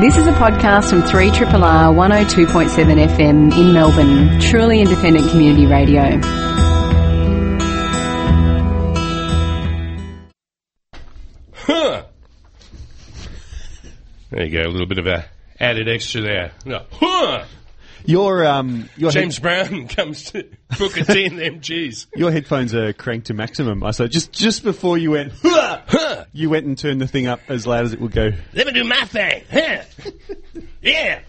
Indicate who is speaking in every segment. Speaker 1: This is a podcast from 3RRR 102.7 FM in Melbourne, truly independent community radio.
Speaker 2: Huh. There you go, a little bit of a added extra there. No. Huh.
Speaker 3: Your um, your
Speaker 2: James
Speaker 3: head-
Speaker 2: Brown comes to Booker T and the MGs.
Speaker 3: your headphones are cranked to maximum. I saw just just before you went,
Speaker 2: Huh.
Speaker 3: you went and turned the thing up as loud as it would go.
Speaker 2: Let me do my thing. Huh. Yeah.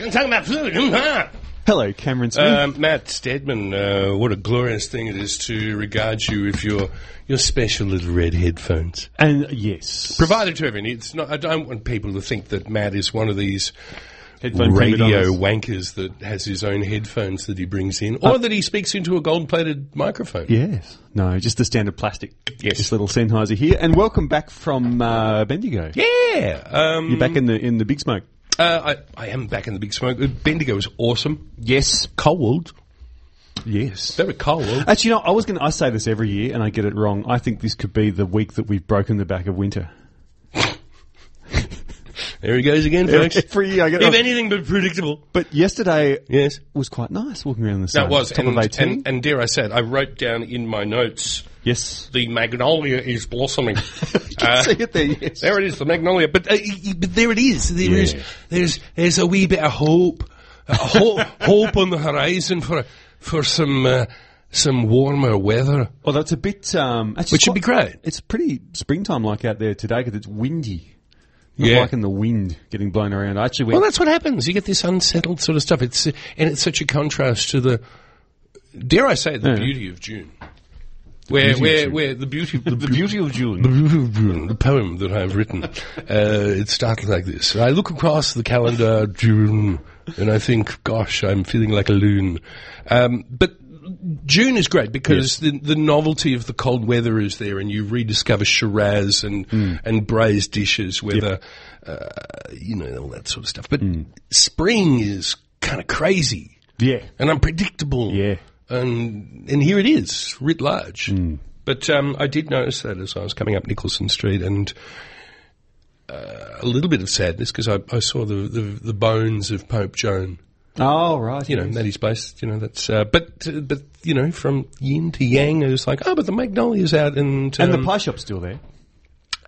Speaker 2: I'm talking about food. Mm, huh.
Speaker 3: Hello, Cameron Smith.
Speaker 2: Um, Matt Stedman, uh, what a glorious thing it is to regard you with your your special little red headphones.
Speaker 3: and yes,
Speaker 2: Provided to everyone, it's not. I don't want people to think that Matt is one of these
Speaker 3: Headphone
Speaker 2: radio
Speaker 3: primadonnas.
Speaker 2: wankers that has his own headphones that he brings in, or that he speaks into a gold-plated microphone.
Speaker 3: Yes, no, just the standard plastic.
Speaker 2: Yes.
Speaker 3: This little Sennheiser here, and welcome back from uh, Bendigo.
Speaker 2: Yeah, um,
Speaker 3: You're back in the in the big smoke.
Speaker 2: Uh, I, I am back in the big smoke. Uh, Bendigo was awesome.
Speaker 3: Yes,
Speaker 2: Cold,
Speaker 3: yes.
Speaker 2: very cold.
Speaker 3: Actually, you know, I was going to. I say this every year, and I get it wrong. I think this could be the week that we've broken the back of winter.
Speaker 2: There he goes again, folks.
Speaker 3: Every year, I get it
Speaker 2: if
Speaker 3: wrong.
Speaker 2: anything but predictable.
Speaker 3: But yesterday
Speaker 2: Yes,
Speaker 3: was quite nice walking around the sun.
Speaker 2: that was.
Speaker 3: top
Speaker 2: And,
Speaker 3: of eighteen.
Speaker 2: and, and dare I say it, I wrote down in my notes
Speaker 3: yes,
Speaker 2: the magnolia is blossoming.
Speaker 3: I
Speaker 2: Uh,
Speaker 3: see it there. Yes.
Speaker 2: there it is, the magnolia. But, uh, y- y- but there it is. There is-
Speaker 3: Yeah.
Speaker 2: There's there's a wee bit of hope, a ho- hope on the horizon for for some uh, some warmer weather.
Speaker 3: Although it's a bit, um, actually
Speaker 2: Which
Speaker 3: it's
Speaker 2: would be
Speaker 3: quite-
Speaker 2: great.
Speaker 3: It's pretty springtime like out there today because it's windy. Not
Speaker 2: Yeah.
Speaker 3: like in the wind getting blown around. I actually went.
Speaker 2: Well, that's what happens. You get this unsettled sort of stuff. It's uh, and it's such a contrast to the, dare I say, the
Speaker 3: Yeah.
Speaker 2: beauty of June, where
Speaker 3: of
Speaker 2: where
Speaker 3: June.
Speaker 2: where the beauty the, beauty
Speaker 3: of June.
Speaker 2: the beauty of June, the poem that I've written, uh, it started like this. I look across the calendar, June, and I think, gosh, I'm feeling like a loon. Um, but June is great because the, the novelty of the cold weather is there, and you rediscover Shiraz and and braised dishes, whether uh, you know all that sort of stuff. But spring is kind of crazy
Speaker 3: Yeah.
Speaker 2: and unpredictable.
Speaker 3: Yeah. Hmm.
Speaker 2: And and here it is, writ large. But um, I did notice that as I was coming up Nicholson Street, and uh, a little bit of sadness because I, I saw the, the the bones of Pope Joan.
Speaker 3: Oh, right.
Speaker 2: You know,
Speaker 3: yes.
Speaker 2: that is based. You know, that's. Uh, but uh, but you know, from yin to yang, it was like, oh, but the magnolia's out, and
Speaker 3: and the
Speaker 2: um,
Speaker 3: pie shop's still there.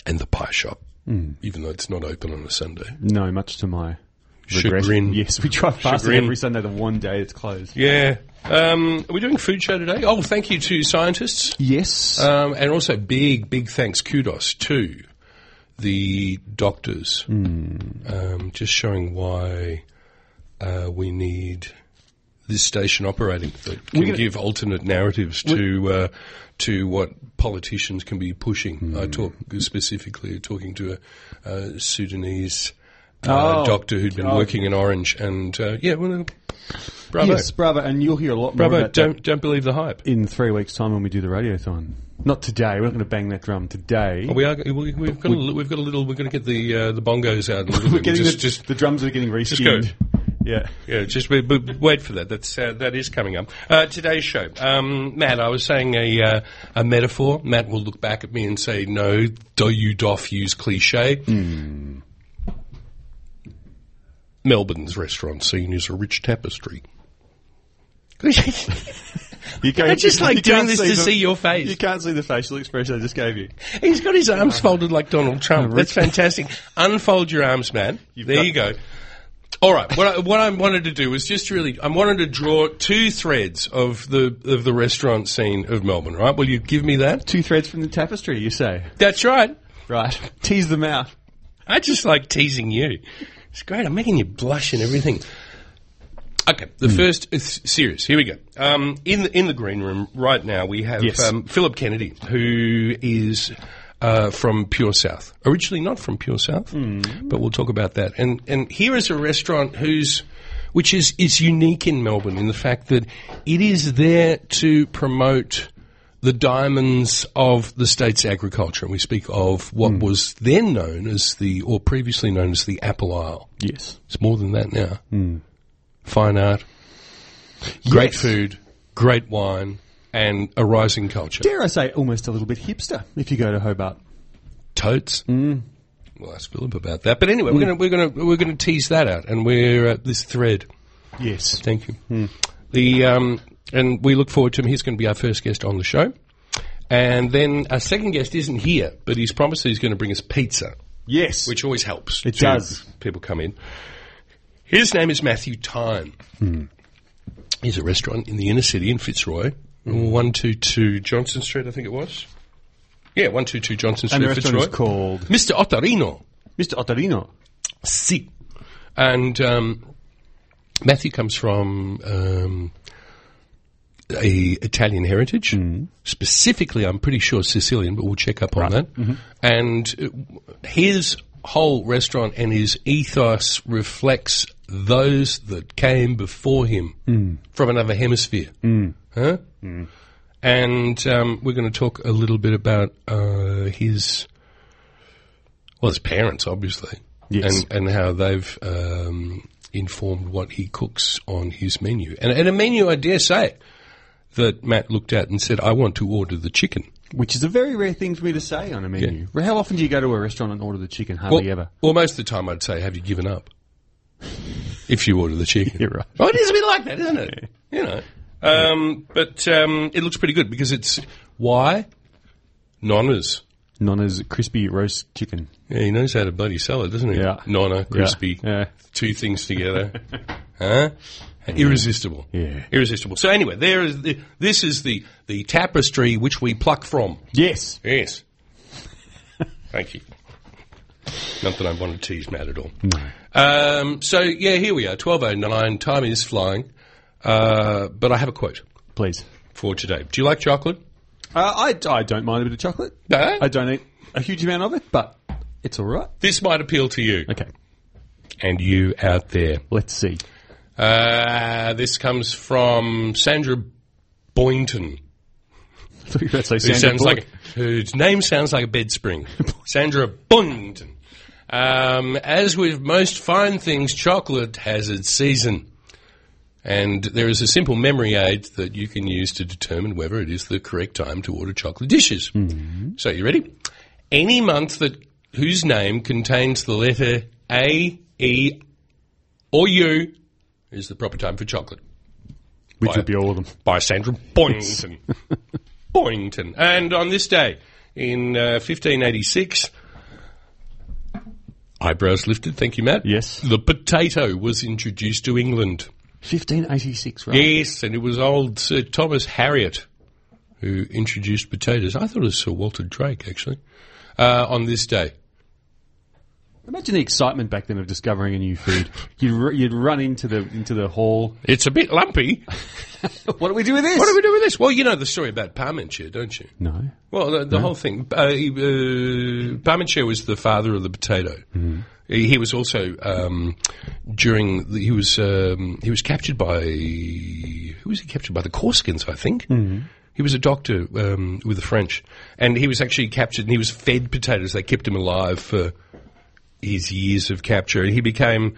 Speaker 2: and the pie shop,
Speaker 3: Hmm.
Speaker 2: even though it's not open on a Sunday.
Speaker 3: No, much to my regret.
Speaker 2: Chagrin.
Speaker 3: Yes, we drive past it
Speaker 2: Chagrin.
Speaker 3: every Sunday. The one day it's closed.
Speaker 2: Yeah. Um, are we doing food show today? Oh, thank you to scientists.
Speaker 3: Yes.
Speaker 2: Um, and also, big, big thanks, kudos to the doctors.
Speaker 3: Hmm.
Speaker 2: Um, just showing why uh, we need this station operating that can
Speaker 3: gonna-
Speaker 2: give alternate narratives to uh, to what politicians can be pushing. I
Speaker 3: Hmm.
Speaker 2: talk specifically talking to a, a Sudanese. Uh,
Speaker 3: Oh.
Speaker 2: doctor who'd been
Speaker 3: Oh.
Speaker 2: working in Orange, and uh, yeah, well, uh, bravo,
Speaker 3: yes, bravo. And you'll hear a lot more
Speaker 2: bravo.
Speaker 3: about
Speaker 2: Don't don't believe the hype.
Speaker 3: that in three weeks' time when we do the radiothon. Not today. We're not going to bang that drum today.
Speaker 2: We are. We, we've got. a li- we've got a little. We're going to get the uh, the bongos out. A little
Speaker 3: We're
Speaker 2: bit.
Speaker 3: getting
Speaker 2: just,
Speaker 3: the,
Speaker 2: just,
Speaker 3: the drums are getting
Speaker 2: go.
Speaker 3: reskinned. Yeah.
Speaker 2: yeah, just we, we, wait for that. That's uh, that is coming up. Uh, today's show, um, Matt. I was saying a uh, a metaphor. Matt will look back at me and say, "No, do you doff use cliche."
Speaker 3: Hmm.
Speaker 2: Melbourne's restaurant scene is a rich tapestry.
Speaker 3: You can't-
Speaker 2: I just like
Speaker 3: you
Speaker 2: doing
Speaker 3: can't
Speaker 2: this to
Speaker 3: the-
Speaker 2: see your face.
Speaker 3: You can't see the facial expression I just gave you.
Speaker 2: He's got his arms folded like Donald Trump. That's fantastic. Unfold your arms, man. there
Speaker 3: got-
Speaker 2: you go. All right. What I, what I wanted to do was just really, I wanted to draw two threads of the of the restaurant scene of Melbourne. Right? Will you give me that?
Speaker 3: Two threads from the tapestry, you say.
Speaker 2: That's right.
Speaker 3: Right. Tease them out.
Speaker 2: I just like teasing you. It's great. I'm making you blush and everything. Okay, the first is serious. Here we go. Um, in the in the green room right now, we have
Speaker 3: Yes.
Speaker 2: um, Philip Kennedy, who is uh, from Pure South. Originally not from Pure South, but we'll talk about that. And and here is a restaurant whose which is is unique in Melbourne in the fact that it is there to promote the diamonds of the state's agriculture. And we speak of what was then known as the or previously known as the Apple Isle.
Speaker 3: Yes.
Speaker 2: It's more than that now. Fine art, great
Speaker 3: Yes.
Speaker 2: food, great wine, and a rising culture.
Speaker 3: Dare I say, almost a little bit hipster if you go to Hobart.
Speaker 2: Totes. Well, Philip about that. But anyway, we're going to we're going to we're going to tease that out, and we're uh, this thread.
Speaker 3: Yes.
Speaker 2: Thank you. The um, and we look forward to him. He's going to be our first guest on the show, and then our second guest isn't here, but he's promised that he's going to bring us pizza,
Speaker 3: Yes.
Speaker 2: which always helps.
Speaker 3: It
Speaker 2: to
Speaker 3: does.
Speaker 2: People come in. His name is Matthew Tyne.
Speaker 3: Hmm.
Speaker 2: He's a restaurant in the inner city in Fitzroy,
Speaker 3: Hmm.
Speaker 2: one two two Johnson Street, I think it was. Yeah, one two two Johnson Street,
Speaker 3: and the restaurant
Speaker 2: Fitzroy.
Speaker 3: is called
Speaker 2: Mr. Ottarino.
Speaker 3: Mr. Ottarino.
Speaker 2: Si. And um, Matthew comes from um, a Italian heritage, specifically, I'm pretty sure Sicilian, but we'll check up on that. And uh, his whole restaurant and his ethos reflects those that came before him from another hemisphere. Huh? And um, we're going to talk a little bit about uh, his, well, his parents, obviously,
Speaker 3: Yes.
Speaker 2: and and how they've um, informed what he cooks on his menu, and, and a menu, I dare say, that Matt looked at and said, "I want to order the chicken."
Speaker 3: Which is a very rare thing for me to say on a menu. Well, How often do you go to a restaurant and order the chicken? Hardly ever.
Speaker 2: well, most of the time, I'd say, "Have you given up?" if you order the chicken,
Speaker 3: You're right.
Speaker 2: Well, Oh, it is a bit like that, isn't it? You know. Um, but um, it looks pretty good because it's why nonnas.
Speaker 3: Non as crispy roast chicken.
Speaker 2: Yeah, he knows how to bloody sell it, doesn't he?
Speaker 3: Yeah.
Speaker 2: Nonna, crispy,
Speaker 3: Yeah.
Speaker 2: two things together, huh? Irresistible,
Speaker 3: Yeah.
Speaker 2: irresistible. So anyway, there is the, this is the the tapestry which we pluck from.
Speaker 3: Yes.
Speaker 2: Yes, thank you. Not that I want to tease Matt at all. Um, so yeah, here we are, twelve oh nine. Time is flying, uh, but I have a quote
Speaker 3: Please.
Speaker 2: for today. Do you like chocolate?
Speaker 3: Uh, I, I don't mind a bit of chocolate.
Speaker 2: No.
Speaker 3: I don't eat a huge amount of it, but it's all right.
Speaker 2: this might appeal to you
Speaker 3: Okay.
Speaker 2: and you out there.
Speaker 3: Let's see.
Speaker 2: Uh, this comes from Sandra Boynton.
Speaker 3: I thought you were about to say
Speaker 2: Who
Speaker 3: Sandra
Speaker 2: sounds
Speaker 3: Bullock.
Speaker 2: like whose name sounds like a bed spring. Sandra Boynton. Um, as with most fine things, chocolate has its season. And there is a simple memory aid that you can use to determine whether it is the correct time to order chocolate dishes. So, you ready? Any month that whose name contains the letter A, E, or U is the proper time for chocolate
Speaker 3: Which would be all of them.
Speaker 2: by Sandra Boynton. Boynton. And on this day, in uh, 1586, eyebrows lifted, thank you, Matt.
Speaker 3: Yes.
Speaker 2: The potato was introduced to England.
Speaker 3: 1586, right?
Speaker 2: Yes, and it was old Sir Thomas Harriot who introduced potatoes. I thought it was Sir Walter Drake, actually, uh, on this day.
Speaker 3: Imagine the excitement back then of discovering a new food. you'd, ru- you'd run into the into the hall.
Speaker 2: It's a bit lumpy.
Speaker 3: What do we do with this?
Speaker 2: What do we do with this? Well, you know the story about Parmentier, don't you?
Speaker 3: no.
Speaker 2: Well, the, the whole thing. Uh, he, uh, Parmentier was the father of the potato. He, he was also um, during the, he was um, he was captured by who was he captured by the Corsicans, I think. He was a doctor um, with the French, and he was actually captured. and He was fed potatoes. They kept him alive for his years of capture, and he became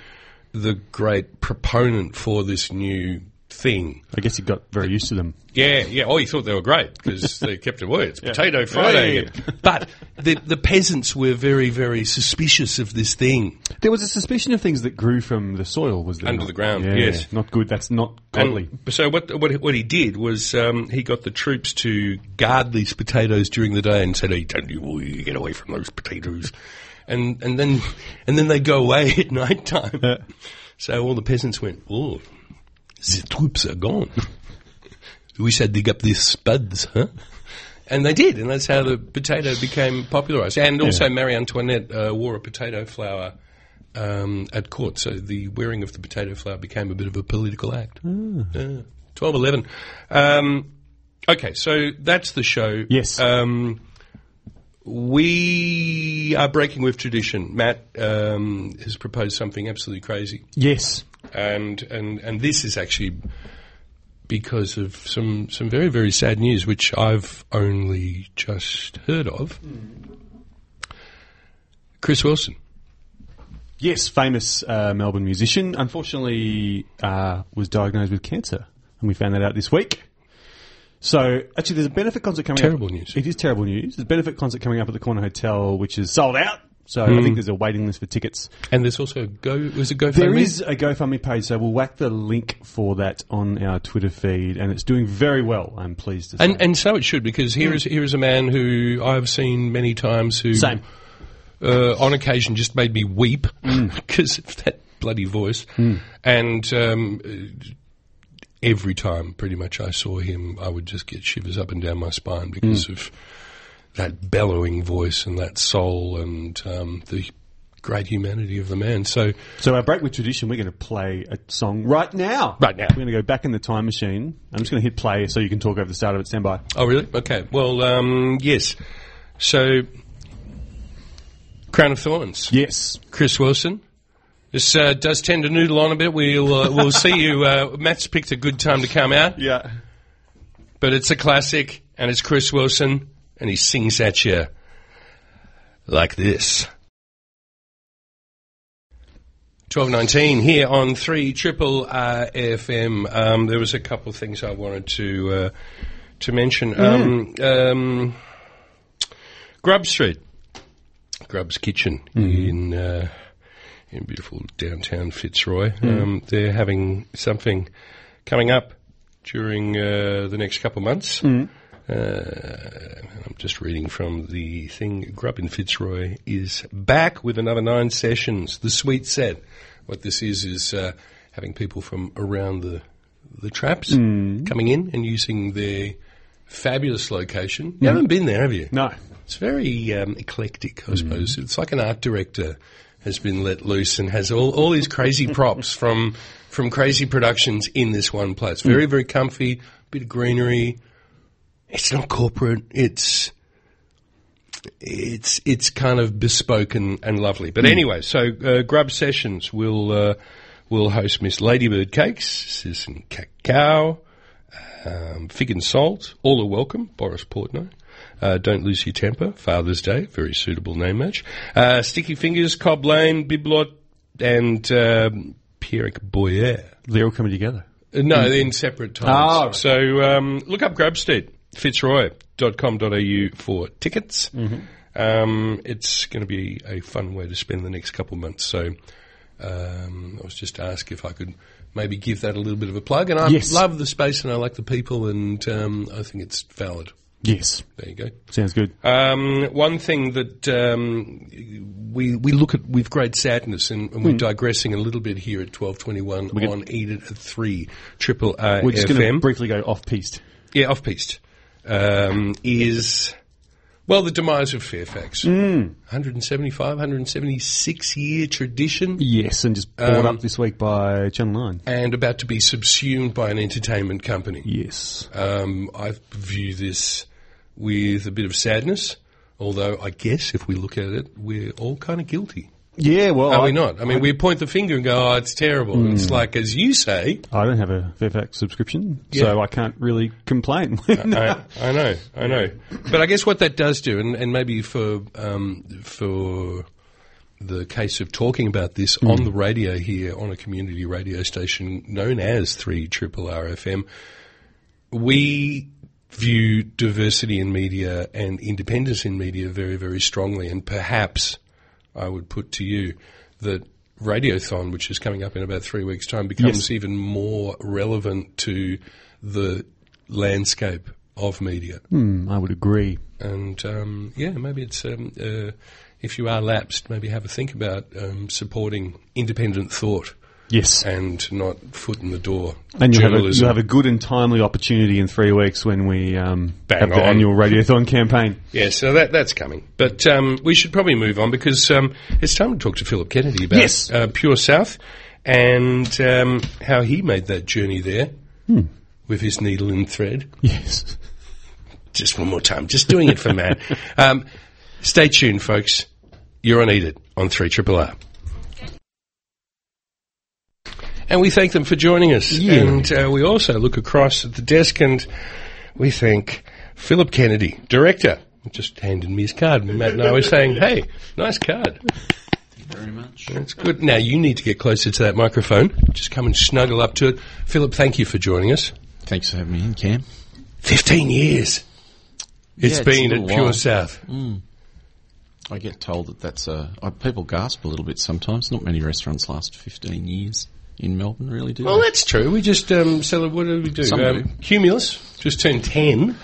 Speaker 2: the great proponent for this new thing.
Speaker 3: I guess he got very used to them.
Speaker 2: Yeah, yeah. Oh, you thought they were great because they kept their word. It's potato Friday.
Speaker 3: Yeah, yeah,
Speaker 2: again. But the, the peasants were very, very suspicious of this thing.
Speaker 3: There was a suspicion of things that grew from the soil, was there?
Speaker 2: Under
Speaker 3: not?
Speaker 2: the ground,
Speaker 3: Yeah,
Speaker 2: yes.
Speaker 3: Not good. That's not godly.
Speaker 2: So what, what, what he did was um, he got the troops to guard these potatoes during the day and said, hey, don't you, well, you get away from those potatoes. And, and then and then they go away at night time. so all the peasants went, oh, the troops are gone. we shall dig up these spuds, huh? And they did, and that's how the potato became popularised. And also, Marie Antoinette uh, wore a potato flower um, at court, so the wearing of the potato flower became a bit of a political act. Yeah. Twelve, eleven. Um, okay, so that's the show.
Speaker 3: Yes.
Speaker 2: Um, we are breaking with tradition. Matt um, has proposed something absolutely crazy
Speaker 3: yes.
Speaker 2: and and and this is actually because of some some very very sad news which I've only just heard of. Chris Wilson.
Speaker 3: Yes, famous uh, Melbourne musician. Unfortunately, uh, was diagnosed with cancer, and we found that out this week. So, actually, there's a benefit concert coming
Speaker 2: Terrible
Speaker 3: up.
Speaker 2: news.
Speaker 3: It is terrible news. There's a benefit concert coming up at the Corner Hotel, which is sold out. So
Speaker 2: Hmm.
Speaker 3: I think there's a waiting list for tickets.
Speaker 2: And there's also a Go. Was it GoFundMe?
Speaker 3: There is a GoFundMe page, so we'll whack the link for that on our Twitter feed, and it's doing very well. I'm pleased to say.
Speaker 2: And and so it should because here is here is a man who I've seen many times who
Speaker 3: Same.
Speaker 2: uh, on occasion just made me weep because of that bloody voice and. Um, uh, Every time, pretty much, I saw him, I would just get shivers up and down my spine because of that bellowing voice and that soul and um, the great humanity of the man. So,
Speaker 3: So our break with tradition, we're going to play a song right now.
Speaker 2: Right now.
Speaker 3: We're going to go back in the time machine. I'm just going to hit play so you can talk over the start of it. Stand by.
Speaker 2: Oh, really? Okay. Well, um, yes. So, Crown of Thorns.
Speaker 3: Yes.
Speaker 2: Chris Wilson. This uh, does tend to noodle on a bit. We'll uh, we'll see you. Uh, Matt's picked a good time to come out,
Speaker 3: Yeah.
Speaker 2: but it's a classic, and it's Chris Wilson, and he sings at you like this. Twelve nineteen here on three triple R FM. Um, there was a couple of things I wanted to uh, to mention. Um, um, Grub Street, Grub's Kitchen in uh, in beautiful downtown Fitzroy. Um, they're having something coming up during uh, the next couple of months. Uh, I'm just reading from the thing. Grub in Fitzroy is back with another nine sessions. The sweet set. What this is is uh, having people from around the the traps coming in and using their fabulous location. You haven't been there, have you?
Speaker 3: No.
Speaker 2: It's very um, eclectic, I suppose. It's like an art director has been let loose and has all, all these crazy props from from crazy productions in this one place. Very, very comfy, bit of greenery. It's not corporate. It's it's it's kind of bespoke and, and lovely. But anyway, so uh, Grub Sessions will uh, will host Miss Ladybird Cakes, Citizen Cacao, um, Fig and Salt. All are welcome. Boris Portnoy. Uh, Don't Lose Your Temper, Father's Day, very suitable name match. Uh, Sticky Fingers, Cobb Lane, Biblot, and um, Pierrick Boyer.
Speaker 3: They're all coming together.
Speaker 2: Uh, No, they're in separate
Speaker 3: Ah,
Speaker 2: times.
Speaker 3: right.
Speaker 2: So um, look up Grabstead, fitzroy.com.au for tickets.
Speaker 3: Mm-hmm.
Speaker 2: Um, it's going to be a fun way to spend the next couple of months. So um, I was just asked if I could maybe give that a little bit of a plug. And I
Speaker 3: Yes.
Speaker 2: love the space and I like the people and um, I think it's valid.
Speaker 3: Yes.
Speaker 2: There you go.
Speaker 3: Sounds good.
Speaker 2: Um, one thing that um, we we look at with great sadness, and,
Speaker 3: Hmm.
Speaker 2: and we're digressing a little bit here at twelve twenty one on Eat It at three triple R
Speaker 3: We're just going to
Speaker 2: FM.
Speaker 3: briefly go off piste.
Speaker 2: yeah, off piste um, is well the demise of Fairfax.
Speaker 3: Hmm.
Speaker 2: 175, 176 year tradition.
Speaker 3: Yes, and just brought
Speaker 2: Um,
Speaker 3: up this week by Channel 9.
Speaker 2: And about to be subsumed by an entertainment company.
Speaker 3: Yes.
Speaker 2: Um, I view this with a bit of sadness, although I guess if we look at it, we're all kind of guilty.
Speaker 3: Yeah, well,
Speaker 2: Are
Speaker 3: I,
Speaker 2: we not? I mean, we point the finger and go, oh, it's terrible. It's like, as you say,
Speaker 3: I don't have a Fairfax subscription, so
Speaker 2: Yeah. Uh,
Speaker 3: I can't really complain.
Speaker 2: I, I know, I know. But I guess what that does do, and, and maybe for, um, for the case of talking about this on the radio here on a community radio station known as 3 Triple RFM, we view diversity in media and independence in media very, very strongly. And perhaps I would put to you that Radiothon, which is coming up in about three weeks' time, becomes
Speaker 3: Yes.
Speaker 2: even more relevant to the landscape of media.
Speaker 3: Hmm, I would agree.
Speaker 2: And um, yeah, maybe it's um, uh, if you are lapsed, maybe have a think about um, supporting independent thought
Speaker 3: Yes.
Speaker 2: and not foot in the door
Speaker 3: And you'll have, a,
Speaker 2: journalism.
Speaker 3: you'll have a good and timely opportunity in three weeks when we um,
Speaker 2: Bang
Speaker 3: have the
Speaker 2: on.
Speaker 3: annual Radiothon campaign.
Speaker 2: Yeah, so that that's coming. But um, we should probably move on because um, it's time to talk to Philip Kennedy about
Speaker 3: Yes.
Speaker 2: uh, Pure South and um, how he made that journey there with his needle and thread.
Speaker 3: Yes.
Speaker 2: Just one more time, just doing it for Matt. Um, stay tuned, folks. You're on Eat It on 3 Triple R. And we thank them for joining us.
Speaker 3: Yeah.
Speaker 2: And uh, we also look across at the desk and we thank Philip Kennedy, director. He Just handed me his card. Matt and I were saying, hey, nice card.
Speaker 4: very much.
Speaker 2: That's good. Now you need to get closer to that microphone. Just come and snuggle up to it. Philip, thank you for joining us.
Speaker 4: Thanks for having me in, Cam.
Speaker 2: 15 years
Speaker 4: Yeah,
Speaker 2: it's
Speaker 4: it's a
Speaker 2: been at
Speaker 4: little
Speaker 2: Pure
Speaker 4: while.
Speaker 2: South.
Speaker 4: I get told that that's a. I, people gasp a little bit sometimes. Not many restaurants last 15 years in Melbourne, really, do
Speaker 2: Well,
Speaker 4: they?
Speaker 2: that's true. We just um, celebrate. What did we do?
Speaker 4: Some
Speaker 2: Um,
Speaker 4: do.
Speaker 2: Cumulus just turned ten.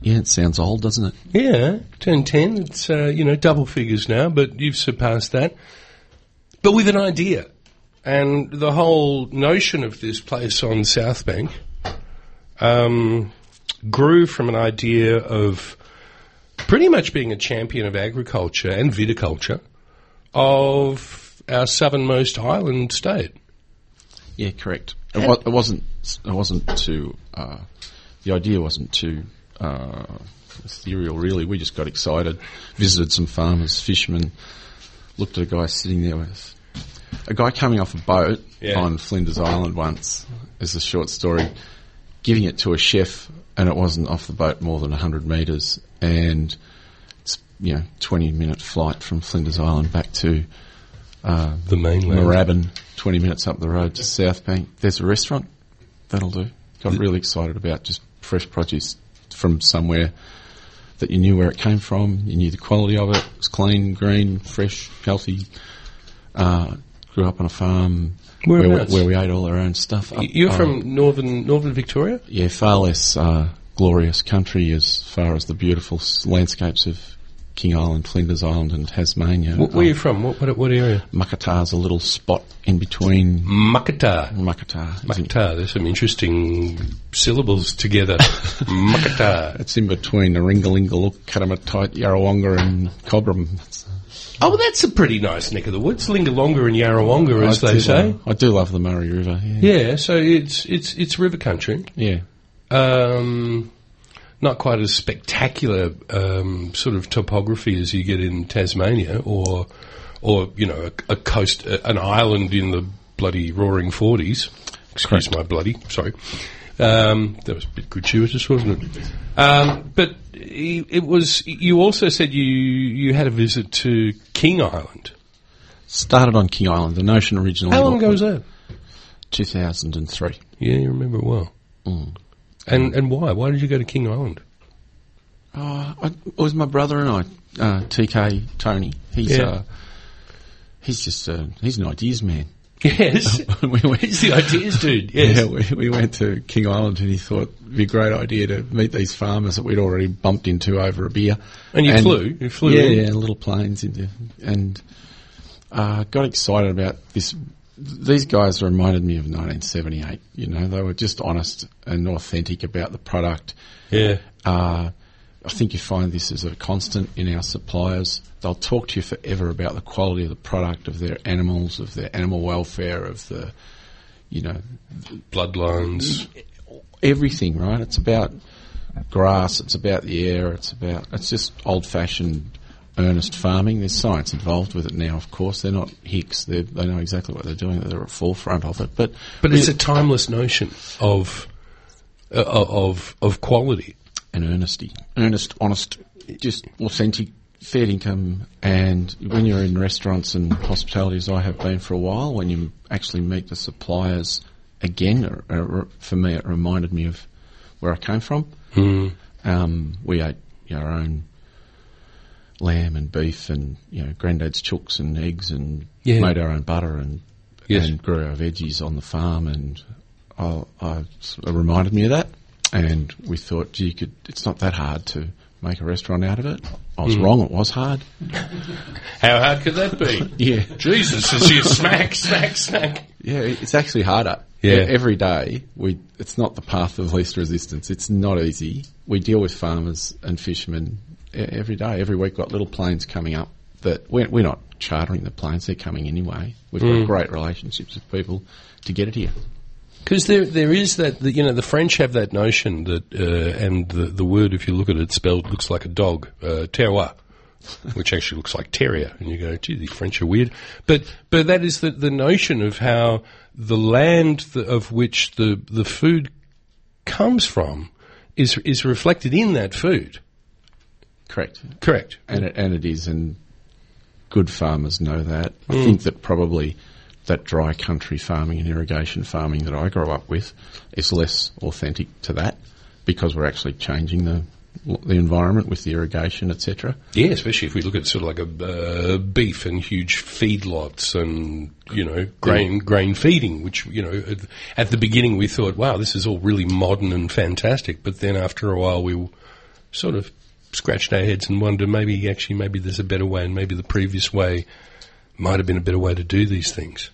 Speaker 4: Yeah, it sounds old, doesn't it?
Speaker 2: Yeah, turned ten. It's uh, you know double figures now, but you've surpassed that. But with an idea, and the whole notion of this place on South Bank um, grew from an idea of pretty much being a champion of agriculture and viticulture of our southernmost island state.
Speaker 4: Yeah, correct. It, wa- it wasn't. It wasn't to. Uh, the idea wasn't too uh, ethereal, really. We just got excited, visited some farmers, fishermen, looked at a guy sitting there with a guy coming off a boat
Speaker 2: Yeah.
Speaker 4: on Flinders Island once. Is a short story, giving it to a chef, and it wasn't off the boat more than hundred meters, and it's you know twenty minute flight from Flinders Island back to
Speaker 2: The mainland.
Speaker 4: Moorabbin, 20 minutes up the road to South Bank. There's a restaurant. That'll do. Got really excited about just fresh produce from somewhere that you knew where it came from. You knew the quality of it. It was clean, green, fresh, healthy. Uh, grew up on a farm where we,
Speaker 2: Whereabouts?
Speaker 4: where we ate all our own stuff. Up,
Speaker 2: Y- You're
Speaker 4: uh,
Speaker 2: from northern northern Victoria.
Speaker 4: yeah, far less uh, glorious country as far as the beautiful s- landscapes of King Island, Flinders Island, and Tasmania. Um,
Speaker 2: Wh- Where are you from? What, what, what area?
Speaker 4: Makatar's a little spot in between
Speaker 2: Makata.
Speaker 4: Makatar. isn't it?
Speaker 2: Makata. There's some interesting syllables together. Makata.
Speaker 4: It's in between Ringalingaluk, Karamatite, Yarrawonga and Cobram. It's-
Speaker 2: Oh, well, that's a pretty nice neck of the woods. Lingalonga and Yarrawonga, as
Speaker 4: I
Speaker 2: they
Speaker 4: do
Speaker 2: say.
Speaker 4: love- I do love the Murray River. Yeah.
Speaker 2: Yeah, so it's it's it's river country.
Speaker 4: Yeah.
Speaker 2: Um, not quite as spectacular um, sort of topography as you get in Tasmania, or or you know a, a coast, a, an island in the bloody roaring forties. Excuse my bloody sorry. Um, that was a bit gratuitous, wasn't it? Um, but i- it was. You also said you you had a visit to King Island.
Speaker 4: Started on King Island. The notion originally.
Speaker 2: How long ago was that?
Speaker 4: 2003.
Speaker 2: Yeah, you remember it well.
Speaker 4: Mm.
Speaker 2: And and why? Why did you go to King Island?
Speaker 4: Uh, I, it was my brother and I, uh, TK Tony. He's
Speaker 2: Yeah.
Speaker 4: uh, he's just uh, he's an ideas man.
Speaker 2: Yes.
Speaker 4: we went,
Speaker 2: It's the ideas, dude. Yes.
Speaker 4: yeah, we, we went to King Island and he thought it'd be a great idea to meet these farmers that we'd already bumped into over a beer.
Speaker 2: And you flew? You flew
Speaker 4: Yeah,
Speaker 2: in?
Speaker 4: yeah, little planes into and uh, got excited about this. These guys reminded me of 1978. You know, they were just honest and authentic about the product.
Speaker 2: Yeah.
Speaker 4: Uh, I think you find this is a constant in our suppliers. They'll talk to you forever about the quality of the product, of their animals, of their animal welfare, of the, you know,
Speaker 2: Bloodlines.
Speaker 4: everything, right? It's about grass, it's about the air, it's about it's just old fashioned earnest farming. There's science involved with it now, of course. They're not hicks. They're, they know exactly what they're doing. They're at forefront of it. But
Speaker 2: But it's a timeless notion of uh, of of quality.
Speaker 4: and earnesty, earnest, honest, just authentic fair income. And when you're in restaurants and hospitality, as I have been for a while, when you actually meet the suppliers again, it- it- for me, it reminded me of where I came from.
Speaker 2: Hmm.
Speaker 4: Um, we ate our own lamb and beef and you know granddad's chooks and eggs and
Speaker 2: Yeah.
Speaker 4: made our own butter and
Speaker 2: Yes.
Speaker 4: and grew our veggies on the farm and I, I it reminded me of that and we thought gee you could it's not that hard to make a restaurant out of it I
Speaker 2: Hmm.
Speaker 4: was wrong it was hard
Speaker 2: How hard could that be?
Speaker 4: yeah
Speaker 2: Jesus, it's you smack, smack, smack.
Speaker 4: yeah it's actually harder
Speaker 2: Yeah.
Speaker 4: E- every day we it's not the path of least resistance it's not easy we deal with farmers and fishermen e- every day every week got little planes coming up that we're, we're not chartering the planes they're coming anyway we've got great relationships with people to get it here
Speaker 2: Because there, there is that, the, you know, the French have that notion that, uh, and the, the word, if you look at it spelled, looks like a dog, uh, terroir, which actually looks like terrier. And you go, gee, the French are weird. But, but that is the, the notion of how the land th of which the, the food comes from is, is reflected in that food.
Speaker 4: correct
Speaker 2: Correct.
Speaker 4: and it, and it is, and good farmers know that. I think that probably that dry country farming and irrigation farming that I grew up with is less authentic to that because we're actually changing the the environment with the irrigation, etc.
Speaker 2: Yeah, especially if we look at sort of like a uh, beef and huge feedlots and you know grain grain feeding, which you know at, at the beginning we thought, wow, this is all really modern and fantastic, but then after a while we sort of scratched our heads and wonder maybe actually maybe there's a better way and maybe the previous way might have been a better way to do these things.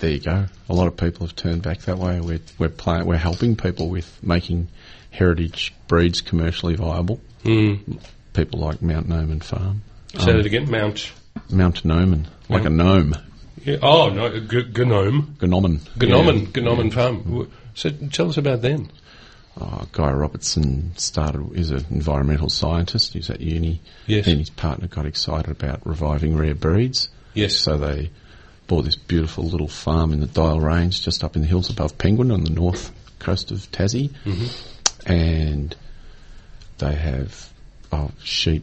Speaker 4: There you go. A lot of people have turned back that way. We're we're playing, we're helping people with making heritage breeds commercially viable. People like Mount Noman Farm,
Speaker 2: Say that again, Um, Mount.
Speaker 4: Mount Noman, like a gnome,
Speaker 2: Yeah. Oh no, G- Gnome,
Speaker 4: gnomon,
Speaker 2: Gnomen, Gnomen Farm. W- So tell us about them.
Speaker 4: Uh, Guy Robertson started is an environmental scientist. He's at uni.
Speaker 2: Yes.
Speaker 4: And his partner got excited about reviving rare breeds.
Speaker 2: Yes.
Speaker 4: So they bought this beautiful little farm in the Dial Range, just up in the hills above Penguin, on the north coast of Tassie.
Speaker 2: Mm-hmm.
Speaker 4: And they have oh, sheep,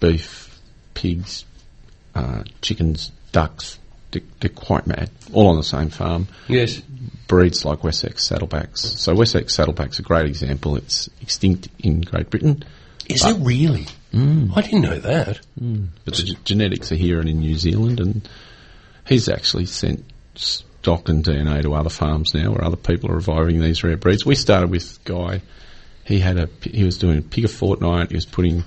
Speaker 4: beef, pigs, uh, chickens, ducks. They're, they're quite mad, all on the same farm
Speaker 2: Yes.
Speaker 4: breeds like Wessex saddleback's. So Wessex saddleback's a great example. It's extinct in Great Britain,
Speaker 2: Is it really?
Speaker 4: Mm.
Speaker 2: I didn't know that.
Speaker 4: but the g- genetics are here and in New Zealand. And he's actually sent stock and DNA to other farms now, where other people are reviving these rare breeds. We started with Guy. He had a p- he was doing a pig a fortnight. He was putting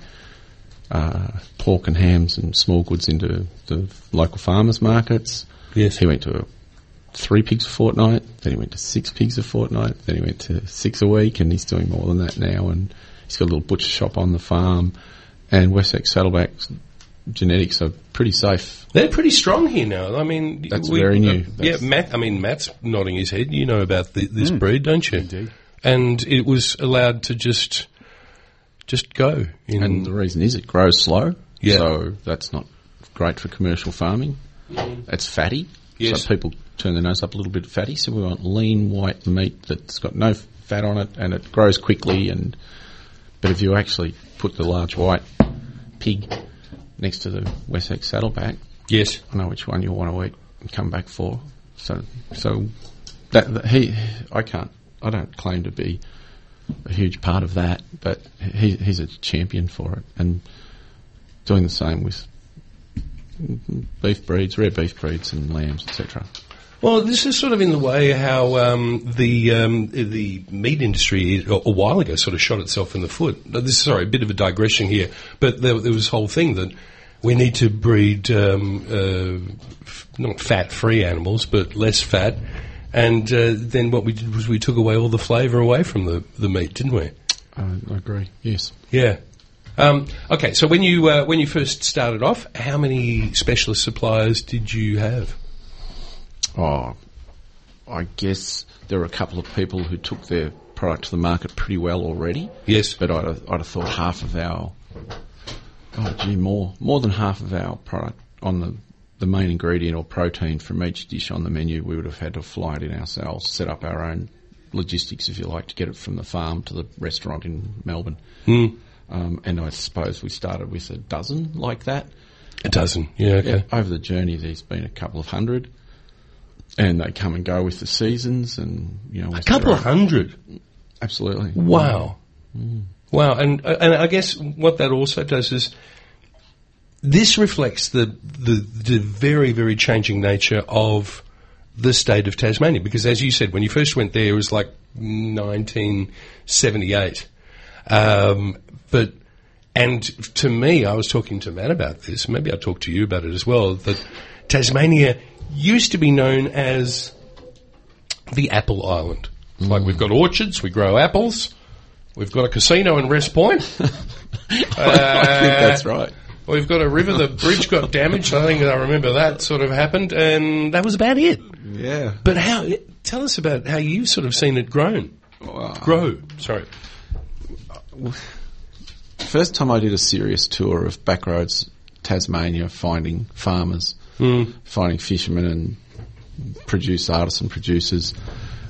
Speaker 4: uh, pork and hams and small goods into the local farmers markets.
Speaker 2: Yes.
Speaker 4: He went to three pigs a fortnight, then he went to six pigs a fortnight, then he went to six a week, and he's doing more than that now. And he's got a little butcher shop on the farm, and Wessex saddleback genetics are pretty safe.
Speaker 2: They're pretty strong here now. I mean, uh,
Speaker 4: That's very new. That's- Mm.
Speaker 2: yeah, Matt. I mean, Matt's nodding his head. You know about the, this breed, don't you? Indeed. And it was allowed to just, just go. In,
Speaker 4: And the reason is it grows slow,
Speaker 2: Yeah.
Speaker 4: so that's not great for commercial farming. It's fatty,
Speaker 2: Yes.
Speaker 4: so people turn their nose up a little bit fatty. So we want lean white meat that's got no fat on it and it grows quickly. And but if you actually put the large white pig next to the Wessex saddleback,
Speaker 2: yes.
Speaker 4: I know which one you want to eat and come back for. So, so that, that he, I can't, I don't claim to be a huge part of that, but he, he's a champion for it, and doing the same with beef breeds, rare beef breeds, and lambs, etc.
Speaker 2: Well, this is sort of in the way how um, the um, the meat industry a a while ago sort of shot itself in the foot. Now, This sorry, a bit of a digression here, but there, there was this whole thing that we need to breed um, uh, f- not fat-free animals, but less fat. And uh, then what we did was we took away all the flavour away from the, the meat, didn't we?
Speaker 4: I, I agree. Yes.
Speaker 2: Yeah. Um, okay, so when you uh, when you first started off, how many specialist suppliers did you have?
Speaker 4: Oh, I guess there were a couple of people who took their product to the market pretty well already.
Speaker 2: Yes.
Speaker 4: but I'd have, I'd have thought half of our, oh gee, more more than half of our product on the the main ingredient or protein from each dish on the menu, we would have had to fly it in ourselves, set up our own logistics, if you like, to get it from the farm to the restaurant in Melbourne.
Speaker 2: Hmm.
Speaker 4: Um, and I suppose we started with a dozen like that.
Speaker 2: A dozen. Yeah. Okay.
Speaker 4: Over the journey, there's been a couple of hundred, and they come and go with the seasons, and you know, a
Speaker 2: couple of hundred.
Speaker 4: absolutely.
Speaker 2: Wow. Wow. And and I guess what that also does is this reflects the the, the very very changing nature of the state of Tasmania because as you said when you first went there it was like 1978 um, but and to me I was talking to Matt about this maybe I talked to you about it as well that Tasmania used to be known as the apple island like we've got orchards we grow apples we've got a casino in West Point
Speaker 4: I think that's right.
Speaker 2: well, We've got a river. The bridge got damaged. I think I remember that sort of happened, and that was about it.
Speaker 4: Yeah.
Speaker 2: But how? Tell us about how you've sort of seen it grown, grow. Sorry.
Speaker 4: First time I did a serious tour of backroads Tasmania, finding farmers, finding fishermen and produce artists and producers,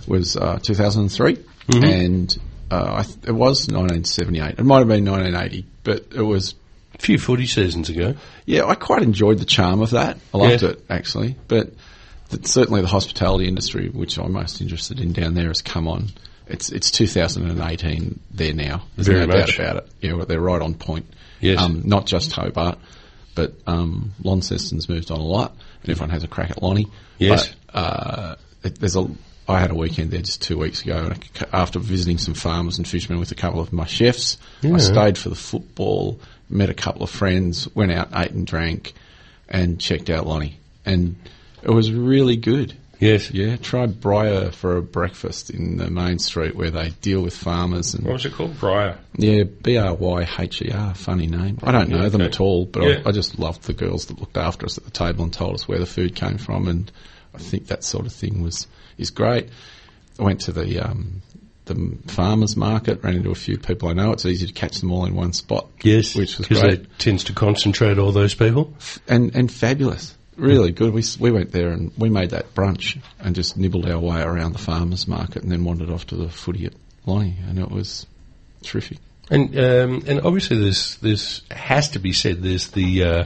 Speaker 4: was uh, 2003, and uh, I th- it was 1978. It might have been 1980, but it was
Speaker 2: A few footy seasons ago.
Speaker 4: yeah, I quite enjoyed the charm of that. I loved
Speaker 2: Yeah.
Speaker 4: it actually, but th- certainly the hospitality industry, which I'm most interested in down there, has come on It's it's 2018 there now. There's
Speaker 2: Very
Speaker 4: no
Speaker 2: much.
Speaker 4: doubt about it. Yeah, well, they're right on point.
Speaker 2: Yes.
Speaker 4: Um, not just Hobart, but um, Launceston's moved on a lot, and everyone has a crack at Lonnie.
Speaker 2: Yes.
Speaker 4: But, uh, it, there's a. I had a weekend there just two weeks ago, and I c- after visiting some farmers and fishermen with a couple of my chefs, I stayed for the football, met a couple of friends, went out, ate and drank, and checked out Lonnie, and it was really good.
Speaker 2: Yes.
Speaker 4: Yeah, try Briar for a breakfast in the main street where they deal with farmers and
Speaker 2: What was it called? Briar.
Speaker 4: yeah, B R Y H E R, funny name. I don't know them
Speaker 2: okay.
Speaker 4: at all, but
Speaker 2: Yeah.
Speaker 4: I, I just loved the girls that looked after us at the table and told us where the food came from, and I think that sort of thing was is great. I went to the um, the m- farmers market, ran into a few people I know. It's easy to catch them all in one spot.
Speaker 2: Yes.
Speaker 4: which was
Speaker 2: Because
Speaker 4: great
Speaker 2: that tends to concentrate all those people.
Speaker 4: and and fabulous. Really good. We, s- we went there and we made that brunch and just nibbled our way around the farmers market and then wandered off to the footy at Lonnie and it was terrific.
Speaker 2: And um, and obviously this this has to be said. There's the uh,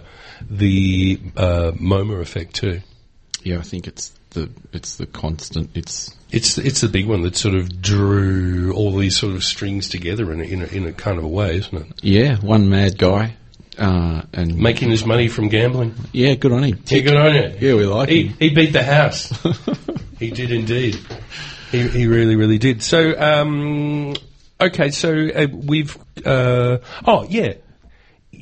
Speaker 2: the uh, MoMA effect too.
Speaker 4: Yeah, I think it's the it's the constant. It's
Speaker 2: It's it's the big one that sort of drew all these sort of strings together in a, in a, in a kind of a way, isn't it?
Speaker 4: yeah, one mad guy uh, and
Speaker 2: Making his money from gambling.
Speaker 4: yeah, good on him.
Speaker 2: Yeah, good on you.
Speaker 4: Yeah, we like
Speaker 2: He
Speaker 4: him.
Speaker 2: he beat the house. he did indeed. He he really really did. So um, okay, so uh, we've uh, oh yeah.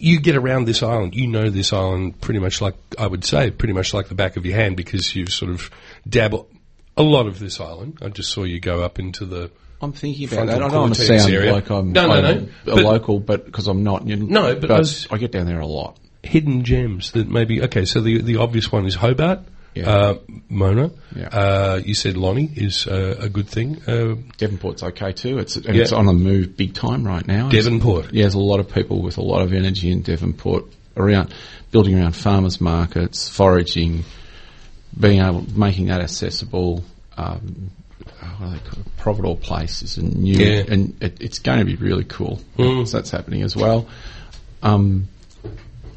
Speaker 2: You get around this island. You know this island pretty much like I would say, pretty much like the back of your hand, because you've sort of dabbled a lot of this island. I just saw you go up into the
Speaker 4: I'm thinking about
Speaker 2: Frontal
Speaker 4: that. I don't want to
Speaker 2: cortex
Speaker 4: sound
Speaker 2: area.
Speaker 4: like I'm,
Speaker 2: No, no,
Speaker 4: I'm
Speaker 2: no,
Speaker 4: a
Speaker 2: but-
Speaker 4: local, but because I'm not. You know,
Speaker 2: No, but those-
Speaker 4: I get down there a lot.
Speaker 2: hidden gems that maybe okay. So the the obvious one is Hobart,
Speaker 4: Yeah.
Speaker 2: uh, Mona.
Speaker 4: Yeah.
Speaker 2: Uh, you said Lonnie is uh, a good thing. Uh,
Speaker 4: Devonport's okay too. It's and
Speaker 2: Yeah.
Speaker 4: it's on the move big time right now. It's-
Speaker 2: Devonport.
Speaker 4: Yeah, there's a lot of people with a lot of energy in Devonport around building around farmers markets, foraging, being able making that accessible. Um, oh, what do they call it? Providore Place is a new,
Speaker 2: Yeah.
Speaker 4: and it, it's going to be really cool. So that's happening as well. Um,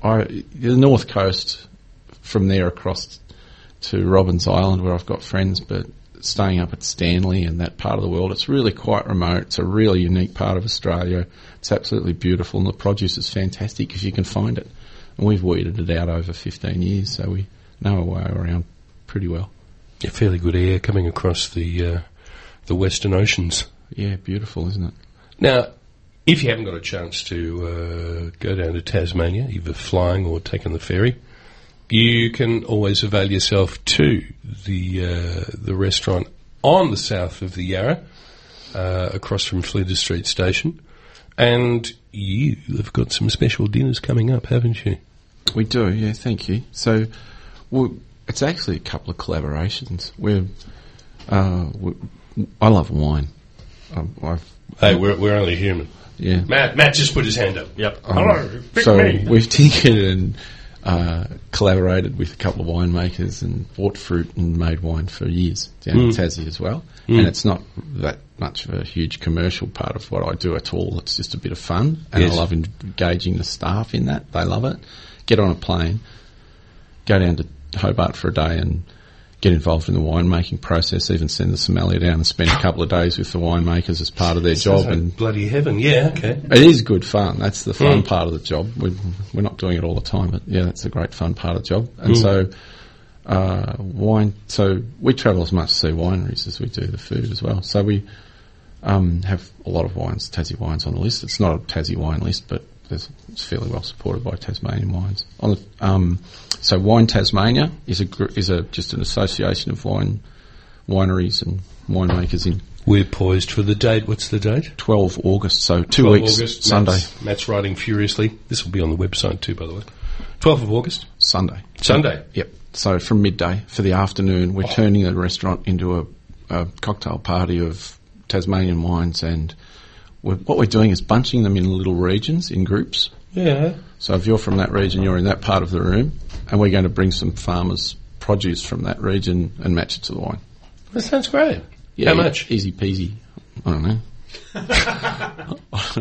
Speaker 4: I, the north coast, from there across to Robbins Island, where I've got friends, but staying up at Stanley and that part of the world, it's really quite remote. It's a really unique part of Australia. It's absolutely beautiful, and the produce is fantastic if you can find it. And we've weeded it out over 15 years, so we know our way around pretty well.
Speaker 2: yeah, fairly good air coming across the uh, the Western Oceans.
Speaker 4: Yeah, beautiful, isn't it?
Speaker 2: Now, if you haven't got a chance to uh, go down to Tasmania, either flying or taking the ferry, you can always avail yourself to the uh, the restaurant on the south of the Yarra, uh, across from Flinders Street Station, and you have got some special dinners coming up, haven't you?
Speaker 4: We do, yeah. Thank you. So, we it's actually a couple of collaborations. We're, uh, we I love wine. Um, I've,
Speaker 2: Hey, we're, we're only human.
Speaker 4: yeah.
Speaker 2: Matt, Matt just put his hand up. Yep. Hello, pick
Speaker 4: Um, so
Speaker 2: me.
Speaker 4: we've tinkered and uh, collaborated with a couple of winemakers and bought fruit and made wine for years down
Speaker 2: Mm.
Speaker 4: in Tassie as well. And it's not that much of a huge commercial part of what I do at all. It's just a bit of fun, and
Speaker 2: Yes.
Speaker 4: I love en- engaging the staff in that. They love it. Get on a plane, go down to Hobart for a day, and get involved in the winemaking process. Even send the sommelier down and spend a couple of days with the winemakers as part of their job. And
Speaker 2: bloody heaven. Yeah. Okay.
Speaker 4: it is good fun. That's the fun
Speaker 2: Mm.
Speaker 4: part of the job. We, we're not doing it all the time, but yeah, that's a great fun part of the job. And
Speaker 2: Mm.
Speaker 4: so, uh, wine. So we travel as much to see wineries as we do the food as well. So we um, have a lot of wines, Tassie wines on the list. It's not a Tassie wine list, but there's, it's fairly well supported by Tasmanian wines. On the, um, so Wine Tasmania is a gr- is a just an association of wine wineries and winemakers in
Speaker 2: We're poised for the date. What's the date?
Speaker 4: 12 August. So two
Speaker 2: 12
Speaker 4: weeks
Speaker 2: August,
Speaker 4: Sunday.
Speaker 2: Matt's, Matt's writing furiously. This will be on the website too, by the way. 12th of August,
Speaker 4: Sunday.
Speaker 2: Sunday.
Speaker 4: Yep. So from midday for the afternoon, we're turning the restaurant into a, a cocktail party of Tasmanian wines, and we're, what we're doing is bunching them in little regions in groups.
Speaker 2: Yeah.
Speaker 4: So if you're from that region, you're in that part of the room, and we're going to bring some farmers' produce from that region and match it to the wine.
Speaker 2: That sounds great. How much?
Speaker 4: Easy peasy. I don't know.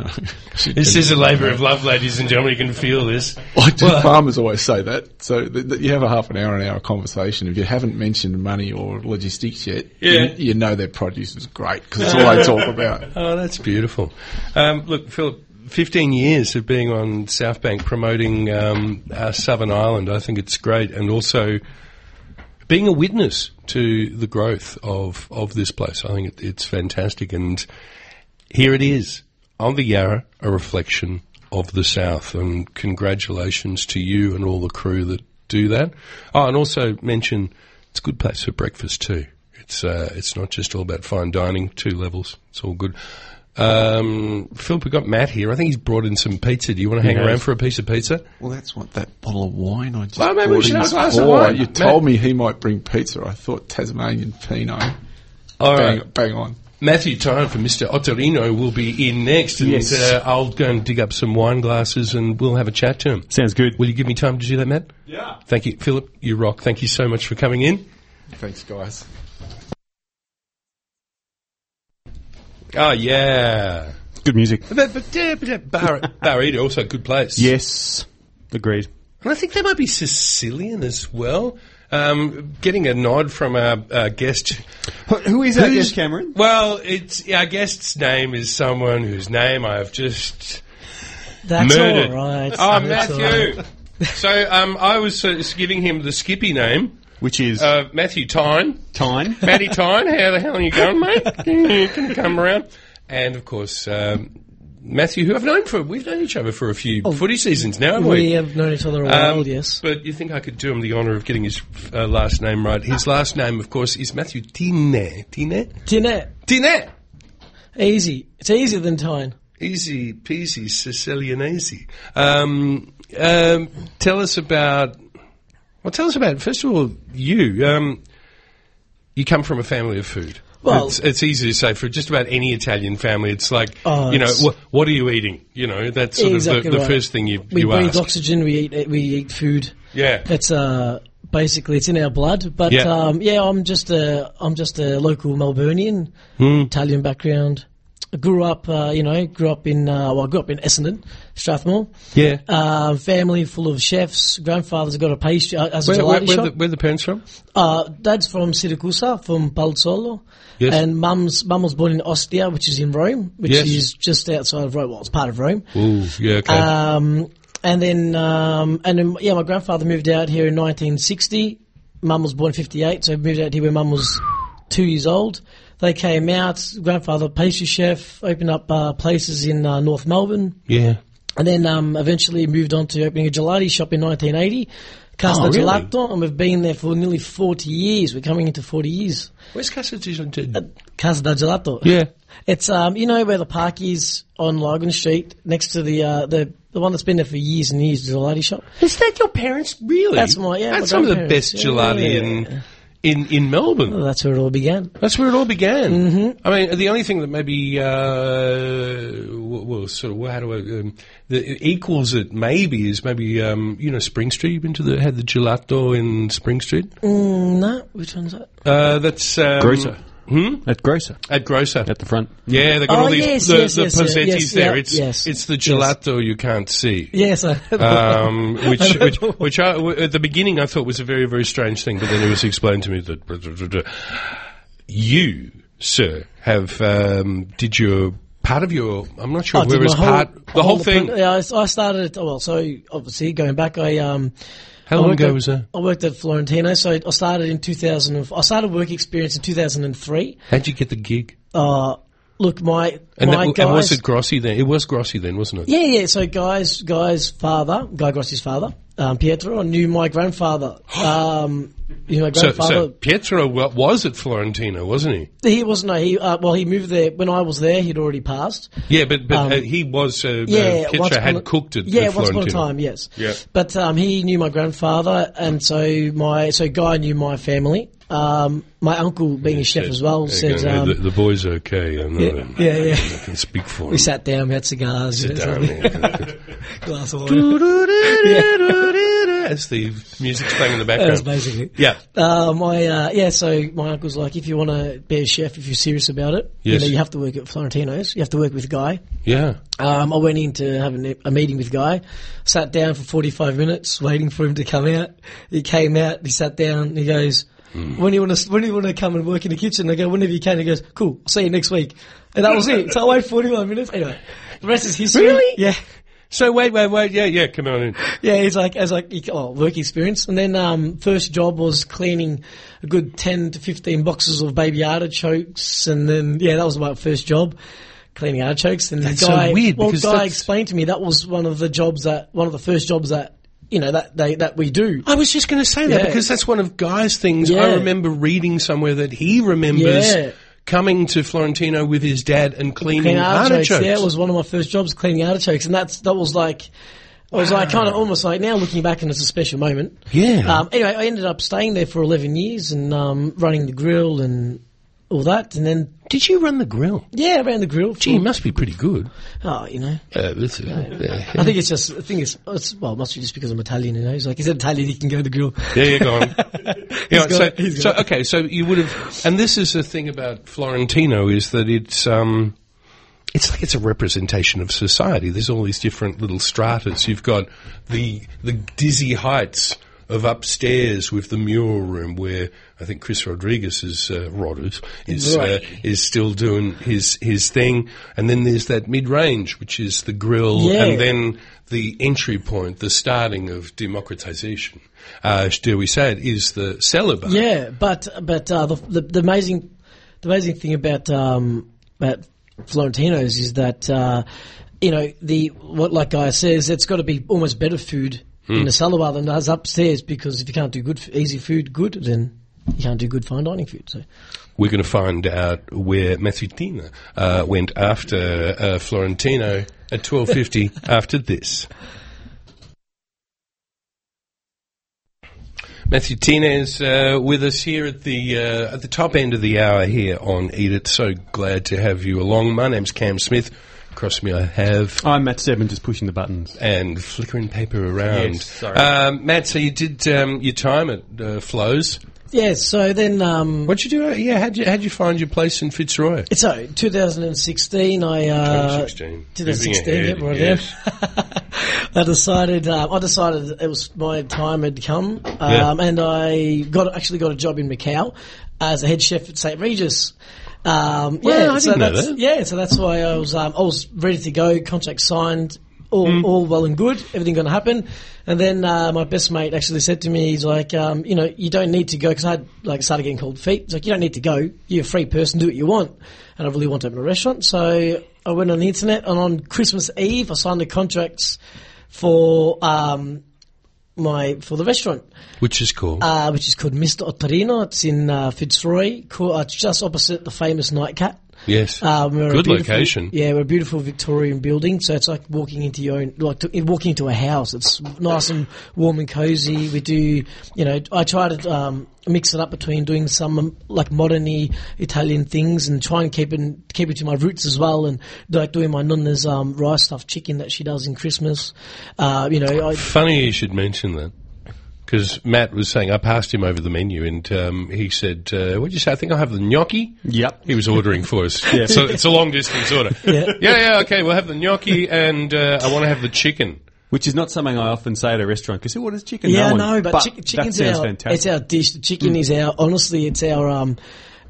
Speaker 2: This is a labour of love, ladies and gentlemen. You can feel this.
Speaker 4: Like do
Speaker 2: Well,
Speaker 4: farmers always say that. So th- th- you have a half an hour, an hour conversation. If you haven't mentioned money or logistics yet,
Speaker 2: Yeah.
Speaker 4: you, you know their produce is great because it's all they talk about.
Speaker 2: Oh, that's beautiful. Um, look, Philip, 15 years of being on South Bank promoting um, our Southern Island, I think it's great. And also being a witness to the growth of, of this place, I think it, it's fantastic. And here it is on the Yarra, a reflection of the South. And congratulations to you and all the crew that do that. Oh, and also mention it's a good place for breakfast too. It's uh, it's not just all about fine dining, two levels. It's all good. Um, Philip, we've got Matt here. I think he's brought in some pizza. Do you want to hang
Speaker 3: has.
Speaker 2: around for a piece of pizza?
Speaker 4: Well, that's what that bottle of wine I just
Speaker 2: Well, maybe we
Speaker 4: bought
Speaker 2: should
Speaker 4: in
Speaker 2: have a
Speaker 4: is
Speaker 2: glass of
Speaker 4: for.
Speaker 2: wine,
Speaker 4: You
Speaker 2: mate.
Speaker 4: told me he might bring pizza. I thought Tasmanian Pinot.
Speaker 2: All
Speaker 4: Bang,
Speaker 2: right.
Speaker 4: bang on.
Speaker 2: Matthew Tyne from Mr. Otterino will be in next, and
Speaker 3: Yes.
Speaker 2: uh, I'll go and dig up some wine glasses and we'll have a chat to him.
Speaker 3: Sounds good.
Speaker 2: Will you give me time to do that, Matt?
Speaker 3: Yeah.
Speaker 2: Thank you, Philip. You rock. Thank you so much for coming in.
Speaker 4: Thanks, guys.
Speaker 2: Oh yeah,
Speaker 3: Good music.
Speaker 2: but, but, yeah, but yeah, Bar- Barita also a good place.
Speaker 3: Yes. Agreed.
Speaker 2: and I think they might be Sicilian as well. Um, getting a nod from our, our guest.
Speaker 3: Who is
Speaker 2: Who's-
Speaker 3: Cameron?
Speaker 2: Well, it's our guest's name is someone whose name I have just
Speaker 5: That's
Speaker 2: murdered.
Speaker 5: all right.
Speaker 2: Oh,
Speaker 5: That's all right.
Speaker 2: Matthew. so um, I was uh, giving him the Skippy name,
Speaker 3: Which is
Speaker 2: uh, Matthew Tyne.
Speaker 3: Tyne.
Speaker 2: Matty Tyne, how the hell are you going, mate? you can come around. And of course, um, Matthew, who I've known for, we've known each other for a few footy seasons now, haven't we?
Speaker 5: Oh, We have known each other a
Speaker 2: Um,
Speaker 5: while, yes.
Speaker 2: But you think I could do him the honour of getting his uh, last name right? His last name, of course, is Matthew Tine. Tine?
Speaker 5: Dinette,
Speaker 2: Tine!
Speaker 5: easy. It's easier than Tyne.
Speaker 2: Easy peasy, Sicilian easy. Um, um, tell us about. Well, tell us about first of all you. Um, you come from a family of food.
Speaker 5: Well-
Speaker 2: it's, it's easy to say for just about any Italian family. It's like
Speaker 5: Oh,
Speaker 2: you know,
Speaker 5: it's-
Speaker 2: wh- what are you eating? You know, that's sort of the,
Speaker 5: Exactly
Speaker 2: the
Speaker 5: right.
Speaker 2: first thing you
Speaker 5: We
Speaker 2: you
Speaker 5: breathe
Speaker 2: ask.
Speaker 5: oxygen, we eat we eat food.
Speaker 2: yeah,
Speaker 5: It's uh basically it's in our blood. But
Speaker 2: Yeah.
Speaker 5: um yeah, I'm just a I'm just a local Melburnian,
Speaker 2: Hmm.
Speaker 5: Italian background. I grew up uh, you know, grew up in uh, well I grew up in Essendon, Strathmore.
Speaker 2: yeah.
Speaker 5: Uh, family full of chefs. Grandfather's got a pastry uh, as a
Speaker 2: where,
Speaker 5: gelati
Speaker 2: where, where,
Speaker 5: shop.
Speaker 2: the, where the parents from?
Speaker 5: Uh, dad's from Siracusa, from Palzolo.
Speaker 2: Yes.
Speaker 5: And mum's mum was born in Ostia, which is in Rome, which
Speaker 2: Yes.
Speaker 5: is just outside of Rome. Well, it's part of Rome.
Speaker 2: Ooh, yeah, okay.
Speaker 5: Um, and then, um, and then, yeah, my grandfather moved out here in 1960. Mum was born in 58, so moved out here when mum was two years old. They came out. Grandfather, pastry chef, opened up uh, places in uh, North Melbourne.
Speaker 2: yeah.
Speaker 5: And then um, eventually moved on to opening a gelati shop in 1980, Casa
Speaker 2: Oh, really?
Speaker 5: Gelato, and we've been there for nearly 40 years. We're coming into 40 years.
Speaker 2: Where's Casa di Gentile?
Speaker 5: Casa da Gelato.
Speaker 2: Yeah.
Speaker 5: It's, um, you know where the park is on Logan Street, next to the, uh, the, the one that's been there for years and years, the gelati shop.
Speaker 2: Is that your parents? Really?
Speaker 5: That's my- yeah,
Speaker 2: That's
Speaker 5: my
Speaker 2: some of the
Speaker 5: grandparents,
Speaker 2: best gelati
Speaker 5: yeah.
Speaker 2: in in in Melbourne. Mm-hmm.
Speaker 5: Well, that's where it all began.
Speaker 2: That's where it all began. I mean, the only thing that maybe, uh, well, well, sort of, how do I, um, the, equals it maybe is maybe, um, you know, Spring Street. You've been to the, had the gelato in Spring Street?
Speaker 5: No, which one's that?
Speaker 2: Uh, that's, um,
Speaker 3: Grocer. Hmm? At Grocer.
Speaker 2: At Grocer.
Speaker 3: At the front.
Speaker 2: yeah, they've got
Speaker 5: Oh,
Speaker 2: all these,
Speaker 5: yes,
Speaker 2: the,
Speaker 5: yes,
Speaker 2: the
Speaker 5: yes, yeah,
Speaker 2: pozzettis
Speaker 5: yes,
Speaker 2: there.
Speaker 5: yeah,
Speaker 2: it's,
Speaker 5: yes,
Speaker 2: it's the
Speaker 5: yes.
Speaker 2: gelato you can't see.
Speaker 5: Yes, Uh, I
Speaker 2: Um, which, which, which I, w- at the beginning I thought was a very, very strange thing, but then it was explained to me that you, sir, have um, did your part of your. I'm not sure
Speaker 5: I
Speaker 2: where
Speaker 5: did
Speaker 2: it's
Speaker 5: my
Speaker 2: part the whole
Speaker 5: print-
Speaker 2: thing.
Speaker 5: Yeah, I, s- I started. At, well, so obviously going back, I um,
Speaker 2: How
Speaker 5: I
Speaker 2: long
Speaker 5: worked
Speaker 2: ago
Speaker 5: at-
Speaker 2: was that?
Speaker 5: I worked at Florentino, so I started in 2000. and f- I started work experience in 2003.
Speaker 2: How'd you get the gig?
Speaker 5: Uh, look, my
Speaker 2: And,
Speaker 5: my
Speaker 2: that,
Speaker 5: guys.
Speaker 2: and was it Grossi then? It was Grossi then, wasn't it?
Speaker 5: yeah, yeah. So guys, guys, father, Guy Grossi's father, um, Pietro, knew my grandfather. Um, you know, my
Speaker 2: So,
Speaker 5: grandfather.
Speaker 2: so Pietro wa- was at Florentino, wasn't he?
Speaker 5: he wasn't. No, he uh, well, he moved there when I was there. He'd already passed.
Speaker 2: Yeah, but but uh, he was. Uh,
Speaker 5: Um, Yeah,
Speaker 2: uh,
Speaker 5: once
Speaker 2: Pietro
Speaker 5: upon
Speaker 2: had
Speaker 5: a-
Speaker 2: cooked at
Speaker 5: yeah,
Speaker 2: the
Speaker 5: once
Speaker 2: Florentino.
Speaker 5: upon a time, yes.
Speaker 2: Yeah.
Speaker 5: But um, he knew my grandfather, and so my so Guy knew my family. Um, my uncle, being a chef as well,
Speaker 2: There you
Speaker 5: said
Speaker 2: go.
Speaker 5: um,
Speaker 2: the, the boy's okay. I know.
Speaker 5: yeah, yeah.
Speaker 2: I can speak for him.
Speaker 5: we sat down, we had cigars. you know,
Speaker 2: Down
Speaker 5: so-
Speaker 2: there.
Speaker 5: glass of oil.
Speaker 2: As the music's playing in the
Speaker 5: That was
Speaker 2: background.
Speaker 5: basically. it.
Speaker 2: Yeah.
Speaker 5: Uh, my uh, yeah, so my uncle's like, if you want to be a chef, if you're serious about it, you
Speaker 2: Yes.
Speaker 5: know, you have to work at Florentino's. You have to work with Guy.
Speaker 2: Yeah.
Speaker 5: Um, I went in to have a, a meeting with Guy, sat down for 45 minutes waiting for him to come out. He came out, he sat down, he goes,
Speaker 2: Hmm.
Speaker 5: when do you want to, when do you want to come and work in the kitchen? I go, whenever you can. He goes, cool, I'll see you next week. And that was it. So I waited 45 minutes. Anyway, the rest is history.
Speaker 2: Really?
Speaker 5: Yeah.
Speaker 2: So wait, wait, wait. Yeah, yeah. Come on in.
Speaker 5: Yeah, he's like, as like, you- oh, work experience. And then, um, first job was cleaning a good 10 to 15 boxes of baby artichokes. And then, yeah, that was my first job, cleaning artichokes. And
Speaker 2: That's
Speaker 5: the
Speaker 2: so
Speaker 5: guy,
Speaker 2: weird
Speaker 5: well,
Speaker 2: because
Speaker 5: guy
Speaker 2: that's-
Speaker 5: explained to me that was one of the jobs that, one of the first jobs that, you know, that they, that we do.
Speaker 2: I was just going to say that
Speaker 5: Yeah.
Speaker 2: because that's one of Guy's things.
Speaker 5: Yeah.
Speaker 2: I remember reading somewhere that he remembers
Speaker 5: Yeah.
Speaker 2: coming to Florentino with his dad and cleaning
Speaker 5: Cleaning
Speaker 2: artichokes.
Speaker 5: artichokes. Yeah, it was one of my first jobs cleaning artichokes. And that's, that was like, I was like kind of almost like now looking back and it's a special moment.
Speaker 2: Yeah.
Speaker 5: Um, anyway, I ended up staying there for 11 years and um, running the grill and all that. And then,
Speaker 2: Did you run the grill?
Speaker 5: yeah, around the grill. For,
Speaker 2: Gee, must be pretty good.
Speaker 5: Oh, you know.
Speaker 2: Uh, this is- yeah.
Speaker 5: I think it's just, I think it's, it's, well, it must be just because I'm Italian, you know. He's like, he's Italian, he can go to the grill.
Speaker 2: There you go. yeah,
Speaker 5: He's
Speaker 2: so,
Speaker 5: got- he's
Speaker 2: so
Speaker 5: got-
Speaker 2: okay, so you would have, and this is the thing about Florentino is that it's um, it's like it's a representation of society. There's all these different little stratas. You've got the the dizzy heights of upstairs with the mural room where I think Chris Rodriguez is uh, Rodders is uh,
Speaker 5: Right.
Speaker 2: is still doing his his thing, and then there's that mid range which is the grill,
Speaker 5: Yeah.
Speaker 2: and then the entry point, the starting of democratization, uh, dare we say it, is the celibate.
Speaker 5: Yeah, but, but, uh, the, the, the amazing, the amazing thing about, um, about Florentino's is that, uh, you know, the, what, like Guy says, it's got to be almost better food
Speaker 2: Hmm.
Speaker 5: in the cellar bar than does upstairs because if you can't do good, f- easy food good, then you can't do good fine dining food. So,
Speaker 2: We're going to find out where Mazzutina uh, went after uh, Florentino at 12.50 after this. Mazzutina is uh, with us here at the uh, at the top end of the hour here on Eat It. So glad to have you along. My name's Cam Smith. Across me I have
Speaker 3: I'm Matt Seven, just pushing the buttons.
Speaker 2: and flickering paper around.
Speaker 3: Yes, sorry.
Speaker 2: um, Matt, so you did um, your time at uh, Flows.
Speaker 5: yeah, so then, um,
Speaker 2: What'd you do? Yeah, how'd you, how'd you find your place in Fitzroy?
Speaker 5: So, 2016, I uh,
Speaker 2: 2016. Moving
Speaker 5: 2016,
Speaker 2: ahead,
Speaker 5: yeah, right
Speaker 2: yes.
Speaker 5: there. I decided. Um, I decided it was my time had come, um,
Speaker 2: Yeah.
Speaker 5: and I got actually got a job in Macau as a head chef at St Regis. Um, yeah,
Speaker 2: I
Speaker 5: so
Speaker 2: didn't know
Speaker 5: that's,
Speaker 2: that.
Speaker 5: yeah, so that's why I was um, I was ready to go. Contract signed, all all well and good. Everything going to happen. And then uh, my best mate actually said to me, he's like, um, you know, you don't need to go because I had like started getting cold feet. He's like, you don't need to go. You're a free person. Do what you want. And I really want to open a restaurant, so I went on the internet. And on Christmas Eve, I signed the contracts for um, my for the restaurant
Speaker 2: Which is cool.
Speaker 5: uh, which is called Mr. Otterino. It's in uh, Fitzroy, co- uh, just opposite the famous Nightcat.
Speaker 2: yes.
Speaker 5: Um, we're a
Speaker 2: Good
Speaker 5: beautiful-
Speaker 2: location.
Speaker 5: Yeah, we're a beautiful Victorian building, so it's like walking into your own, like to, walking into a house. It's nice and warm and cozy. We do, you know, I try to um, mix it up between doing some um, like moderny Italian things and try and keep it keep it to my roots as well, and like doing my nonna's um, rice stuffed chicken that she does in Christmas. Uh, you know, I,
Speaker 2: Funny you should mention that. Because Matt was saying, I passed him over the menu and um, he said, uh, What did you say? I think I'll have the gnocchi.
Speaker 3: Yep.
Speaker 2: He was ordering for us. So it's a long distance order.
Speaker 5: Yeah.
Speaker 2: yeah, yeah, okay, we'll have the gnocchi and uh, I want to have the chicken.
Speaker 3: Which is not something I often say at a restaurant because who orders chicken?
Speaker 5: Yeah,
Speaker 3: no, one.
Speaker 5: no, but, chick-
Speaker 3: that
Speaker 5: chicken's
Speaker 3: sounds
Speaker 5: our
Speaker 3: fantastic. Mm.
Speaker 5: it's our dish. The chicken is our honestly, it's our um,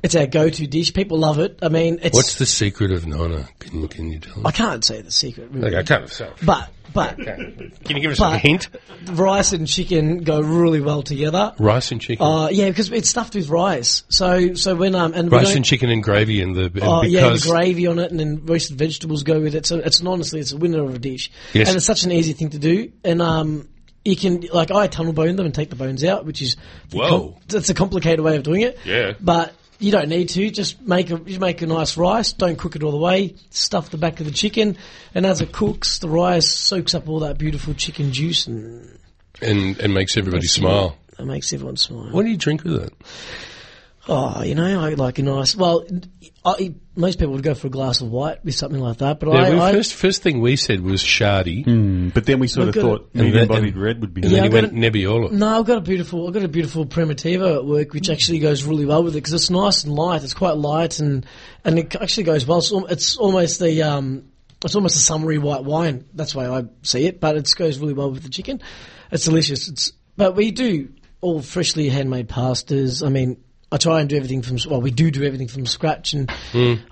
Speaker 5: it's our go-to dish. People love it. I mean, it's
Speaker 2: What's the secret of Nana? Can, can you tell
Speaker 5: I
Speaker 2: us?
Speaker 5: can't say the secret, really.
Speaker 2: Okay, I can't. So.
Speaker 5: but but
Speaker 2: Can you give us a
Speaker 5: But-
Speaker 2: hint?
Speaker 5: rice and chicken go really well together.
Speaker 2: Rice and chicken.
Speaker 5: Uh, yeah, because it's stuffed with rice. So so when um and we
Speaker 2: Rice
Speaker 5: don't-
Speaker 2: and chicken and gravy and the and
Speaker 5: Oh yeah, the
Speaker 2: because
Speaker 5: gravy on it, and then roasted vegetables go with it. So it's an, honestly, it's a winner of a dish,
Speaker 2: Yes.
Speaker 5: and it's such an easy thing to do. And um, you can like I tunnel bone them and take the bones out, which is the
Speaker 2: Whoa.
Speaker 5: it's a complicated way of doing it.
Speaker 2: Yeah.
Speaker 5: but you don't need to. Just make a you make a nice rice. Don't cook it all the way. Stuff the back of the chicken, and as it cooks, the rice soaks up all that beautiful chicken juice and
Speaker 2: and and makes everybody smile.
Speaker 5: It makes everyone smile.
Speaker 2: What do you drink with it?
Speaker 5: Oh, you know, I like a nice. Well, I, most people would go for a glass of white with something like that, but
Speaker 2: Yeah,
Speaker 5: I,
Speaker 2: well,
Speaker 5: I
Speaker 2: first, first thing we said was shardy,
Speaker 3: But then we sort
Speaker 5: Look
Speaker 3: of
Speaker 5: at
Speaker 3: thought
Speaker 2: it. And that-
Speaker 3: medium bodied
Speaker 2: and-
Speaker 3: red would be
Speaker 2: and
Speaker 5: Yeah,
Speaker 2: then he
Speaker 5: I've
Speaker 2: went
Speaker 5: got
Speaker 2: Nebbiolo.
Speaker 5: no, I've got a beautiful, I've got a beautiful Primitivo at work, which actually goes really well with it because it's nice and light. It's quite light and and it actually goes well. It's, al- it's almost the um, it's almost a summery white wine. That's the way I see it, but it goes really well with the chicken. It's delicious. It's but we do all freshly handmade pastas. I mean. I try and do everything from s- well. We do do everything from scratch, and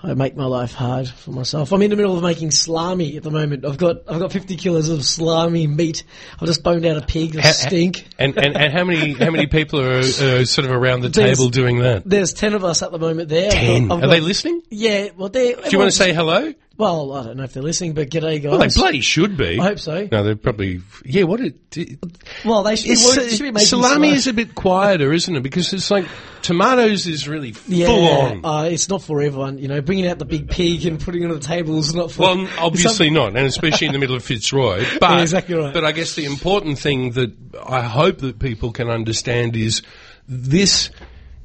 Speaker 5: I make my life hard for myself. I'm in the middle of making salami at the moment. I've got I've got 50 kilos of salami meat. I've just boned out a pig. that stink.
Speaker 2: And, and and how many how many people are uh, sort of around the
Speaker 5: There's-
Speaker 2: table doing that?
Speaker 5: There's ten of us at the moment there. I've got-
Speaker 2: Ten.
Speaker 5: I've
Speaker 2: Are
Speaker 5: got-
Speaker 2: they listening? Do
Speaker 5: Yeah. Well, they.
Speaker 2: you want to say hello?
Speaker 5: Well, I don't know if they're listening, but g'day guys.
Speaker 2: Well, they bloody should be.
Speaker 5: I hope so.
Speaker 2: No, they're probably. Yeah, what it. it
Speaker 5: Well, they should, be,
Speaker 2: it's,
Speaker 5: well, they should be making
Speaker 2: salami is a bit quieter, isn't it? Because it's like tomatoes is really
Speaker 5: yeah,
Speaker 2: full on.
Speaker 5: Uh, it's not for everyone, you know. Bringing out the big pig and putting it on the table is not for.
Speaker 2: Well, obviously
Speaker 5: Some-
Speaker 2: not, and especially in the middle of Fitzroy. But,
Speaker 5: Yeah, exactly right.
Speaker 2: But I guess the important thing that I hope that people can understand is this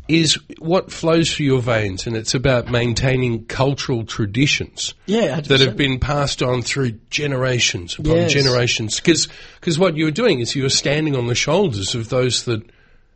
Speaker 2: is what flows through your veins, and it's about maintaining cultural traditions
Speaker 5: Yeah, 100%.
Speaker 2: that have been passed on through generations upon
Speaker 5: Yes.
Speaker 2: generations. Because what you're doing is you're standing on the shoulders of those that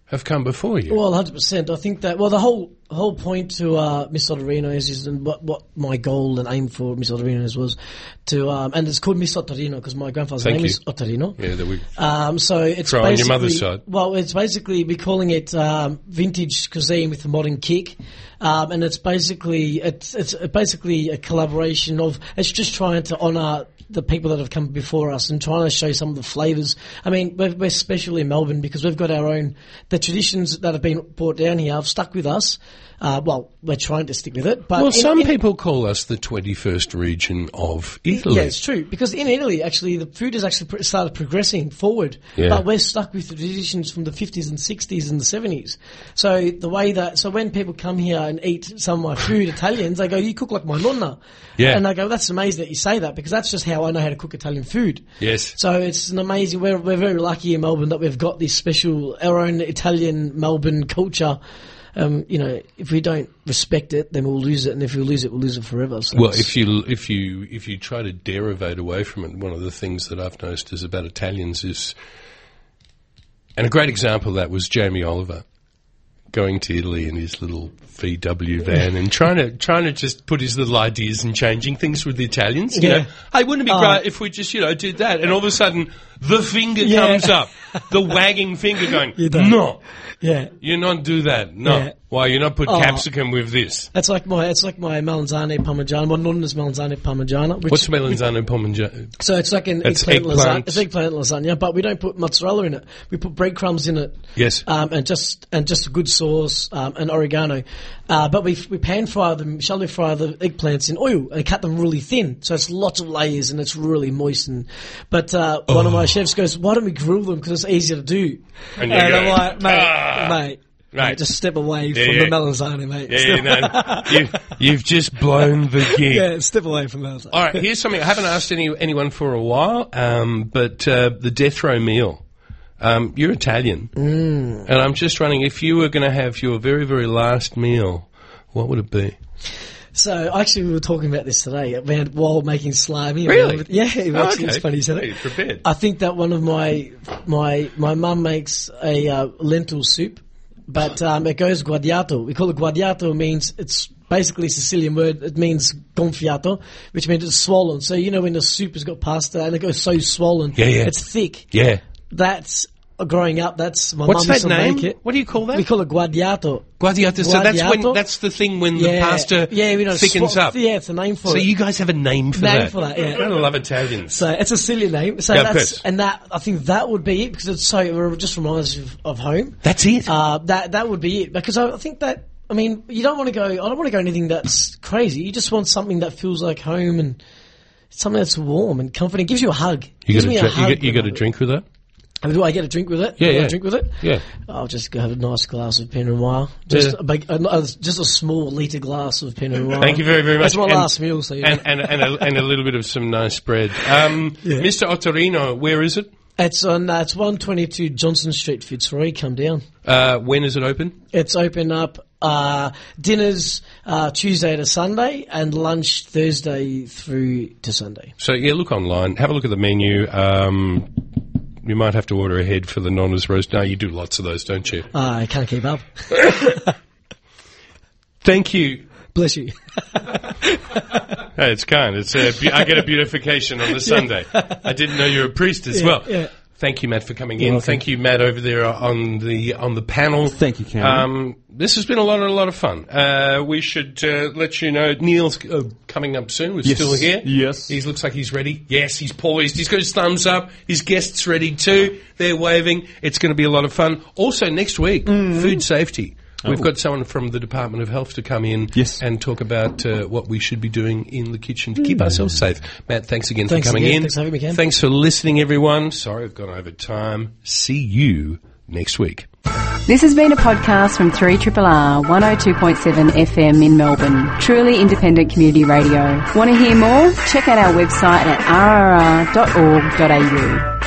Speaker 2: have come before you.
Speaker 5: Well, hundred percent. I think that. Well, the whole whole point to uh, Miss Otorino is, is and what what my goal and aim for Miss Otorino's was to, um, and it's called Miss Otorino because my grandfather's
Speaker 2: Thank
Speaker 5: name
Speaker 2: you.
Speaker 5: is Otorino.
Speaker 2: yeah, that we.
Speaker 5: Um, so it's
Speaker 2: Try on your
Speaker 5: basically,
Speaker 2: mother's side.
Speaker 5: Well, it's basically we're calling it um, vintage cuisine with a modern kick, um, and it's basically it's it's basically a collaboration of it's just trying to honour the people that have come before us and trying to show some of the flavours. I mean, we're, we're special in Melbourne because we've got our own the traditions that have been brought down here have stuck with us. Uh, well, we're trying to stick with it, but
Speaker 2: Well,
Speaker 5: in-
Speaker 2: some
Speaker 5: in-
Speaker 2: people call us the 21st region of Italy.
Speaker 5: yeah, it's true because in Italy, actually, the food has actually pr- started progressing forward,
Speaker 2: Yeah.
Speaker 5: but we're stuck with the traditions from the fifties and sixties and the seventies. So the way that so when people come here and eat some of my food, Italians, they go, "You cook like my nonna,"
Speaker 2: Yeah.
Speaker 5: and I go, "That's amazing that you say that because that's just how I know how to cook Italian food."
Speaker 2: Yes.
Speaker 5: So it's an amazing. We're we're very lucky in Melbourne that we've got this special our own Italian Melbourne culture. Um, you know, if we don't respect it, then we'll lose it, and if we lose it, we'll lose it forever. So
Speaker 2: Well,
Speaker 5: it's-
Speaker 2: if you if you if you try to derivate away from it, one of the things that I've noticed is about Italians is, and a great example of that was Jamie Oliver going to Italy in his little VW van and trying to trying to just put his little ideas and changing things with the Italians. You
Speaker 5: Yeah.
Speaker 2: know, hey, wouldn't it be
Speaker 5: Oh.
Speaker 2: great if we just you know did that? And all of a sudden, the finger
Speaker 5: Yeah.
Speaker 2: comes up, the wagging finger going,
Speaker 5: don't.
Speaker 2: no,
Speaker 5: yeah.
Speaker 2: you not do that, no.
Speaker 5: Yeah.
Speaker 2: Why you not put
Speaker 5: Oh.
Speaker 2: capsicum with this?
Speaker 5: That's like my that's like my melanzane parmigiana. My nonna's melanzane parmigiana. Which,
Speaker 2: What's melanzano pomegranate?
Speaker 5: so it's like an
Speaker 2: That's
Speaker 5: eggplant,
Speaker 2: eggplant.
Speaker 5: lasagna. It's eggplant lasagna, but we don't put mozzarella in it. We put breadcrumbs in it.
Speaker 2: Yes.
Speaker 5: Um, and just and just a good sauce um, and oregano, uh, but we we pan fry them, shallow fry the eggplants in oil and cut them really thin, so it's lots of layers and it's really moist. And but uh, one of my chefs goes, "Why don't we grill them? Because it's easier to do."
Speaker 2: Oh. And you
Speaker 5: I'm
Speaker 2: go,
Speaker 5: like, "Mate,
Speaker 2: "Ah."
Speaker 5: mate,
Speaker 2: Right.
Speaker 5: mate, just step away from
Speaker 2: yeah.
Speaker 5: the melanzane, mate.
Speaker 2: Yeah, yeah, no, you, you've just blown the gig.
Speaker 5: yeah, step away from melanzane."
Speaker 2: All right, here's something I haven't asked any, anyone for a while, um, but uh, the death row meal. Um, you're Italian, and I'm just wondering if you were going to have your very, very last meal, what would it be?
Speaker 5: So actually, we were talking about this today about while making slimy.
Speaker 2: Really?
Speaker 5: Yeah, it Uh,
Speaker 2: Oh,
Speaker 5: was, it's
Speaker 2: okay.
Speaker 5: funny. You said
Speaker 2: Hey,
Speaker 5: that.
Speaker 2: prepared.
Speaker 5: I think that one of my my my mum makes a uh, lentil soup, but um, it goes guadiato. We call it guadiato. Means it's basically a Sicilian word. It means gonfiato, which means it's swollen. So you know when the soup has got pasta and it goes so swollen,
Speaker 2: Yeah, yeah.
Speaker 5: it's thick.
Speaker 2: Yeah.
Speaker 5: That's uh, growing up. That's my
Speaker 2: What's
Speaker 5: mum
Speaker 2: that
Speaker 5: used to
Speaker 2: name?
Speaker 5: make it.
Speaker 2: What do you call that?
Speaker 5: We call it guadiato.
Speaker 2: Guadiato. So that's when
Speaker 5: Guadiato?
Speaker 2: that's the thing when the
Speaker 5: Yeah,
Speaker 2: pasta
Speaker 5: yeah, we know,
Speaker 2: thickens
Speaker 5: swa-
Speaker 2: up.
Speaker 5: Yeah, it's a name for
Speaker 2: So
Speaker 5: it.
Speaker 2: you guys have a name for
Speaker 5: Name
Speaker 2: that.
Speaker 5: for that, yeah.
Speaker 2: I love Italians.
Speaker 5: So it's a silly name. So
Speaker 2: Yeah, of course.
Speaker 5: that's and that I think that would be it because it's so it just reminds you of, of home.
Speaker 2: That's it.
Speaker 5: Uh, that that would be it because I, I think that I mean you don't want to go. I don't want to go anything that's crazy. You just want something that feels like home and something that's warm and comforting. It gives you a hug. It
Speaker 2: you
Speaker 5: gives
Speaker 2: got a,
Speaker 5: me
Speaker 2: dri- you
Speaker 5: hug
Speaker 2: got, you
Speaker 5: when
Speaker 2: got
Speaker 5: I-
Speaker 2: a drink with that?
Speaker 5: Do I get a drink with it?
Speaker 2: Yeah,
Speaker 5: Do I
Speaker 2: yeah.
Speaker 5: drink with it.
Speaker 2: Yeah.
Speaker 5: I'll just go have a nice glass of Pinot Noir. Just
Speaker 2: Yeah.
Speaker 5: a big, a, a- just a small liter glass of Pinot Noir.
Speaker 2: Thank you very, very much.
Speaker 5: That's my
Speaker 2: And-
Speaker 5: last meal. So yeah.
Speaker 2: and and and a, and a little bit of some nice bread. Um, Mr. Ottorino, where is it?
Speaker 5: it's on. Uh, it's one twenty two Johnson Street, Fitzroy. Come down.
Speaker 2: Uh, when is it open?
Speaker 5: It's open up uh, dinners uh, Tuesday to Sunday and lunch Thursday through to Sunday.
Speaker 2: So yeah, look online, have a look at the menu. Um, you might have to order ahead for the non roast. No, you do lots of those, don't you?
Speaker 5: Uh, I can't keep up.
Speaker 2: Thank you.
Speaker 5: Bless you.
Speaker 2: Hey, it's kind. It's a bu- I get a beautification on the Sunday. I didn't know you were a priest as well.
Speaker 5: yeah.
Speaker 2: Thank you, Matt, for coming in. Thank you, Matt, over there on the on the panel.
Speaker 3: Thank you, Cameron.
Speaker 2: Um, this has been a lot of a lot of fun. Uh, we should uh, let you know Neil's uh, coming up soon. We're still here.
Speaker 3: Yes.
Speaker 2: he looks like he's ready. Yes, he's poised. He's got his thumbs up. His guests ready too. They're waving. It's going to be a lot of fun. Also next week,
Speaker 5: Mm-hmm.
Speaker 2: food safety.
Speaker 5: Oh.
Speaker 2: We've got someone from the Department of Health to come in
Speaker 3: Yes.
Speaker 2: and talk about uh, what we should be doing in the kitchen to keep ourselves safe. Matt, thanks again
Speaker 5: Mm. Thanks
Speaker 2: for coming
Speaker 5: again.
Speaker 2: in.
Speaker 5: Thanks for having me, Ken.
Speaker 2: Thanks for listening, everyone. Sorry I've gone over time. See you next week.
Speaker 1: This has been a podcast from 3RRR 102.7 FM in Melbourne. Truly independent community radio. Want to hear more? Check out our website at rrr.org.au.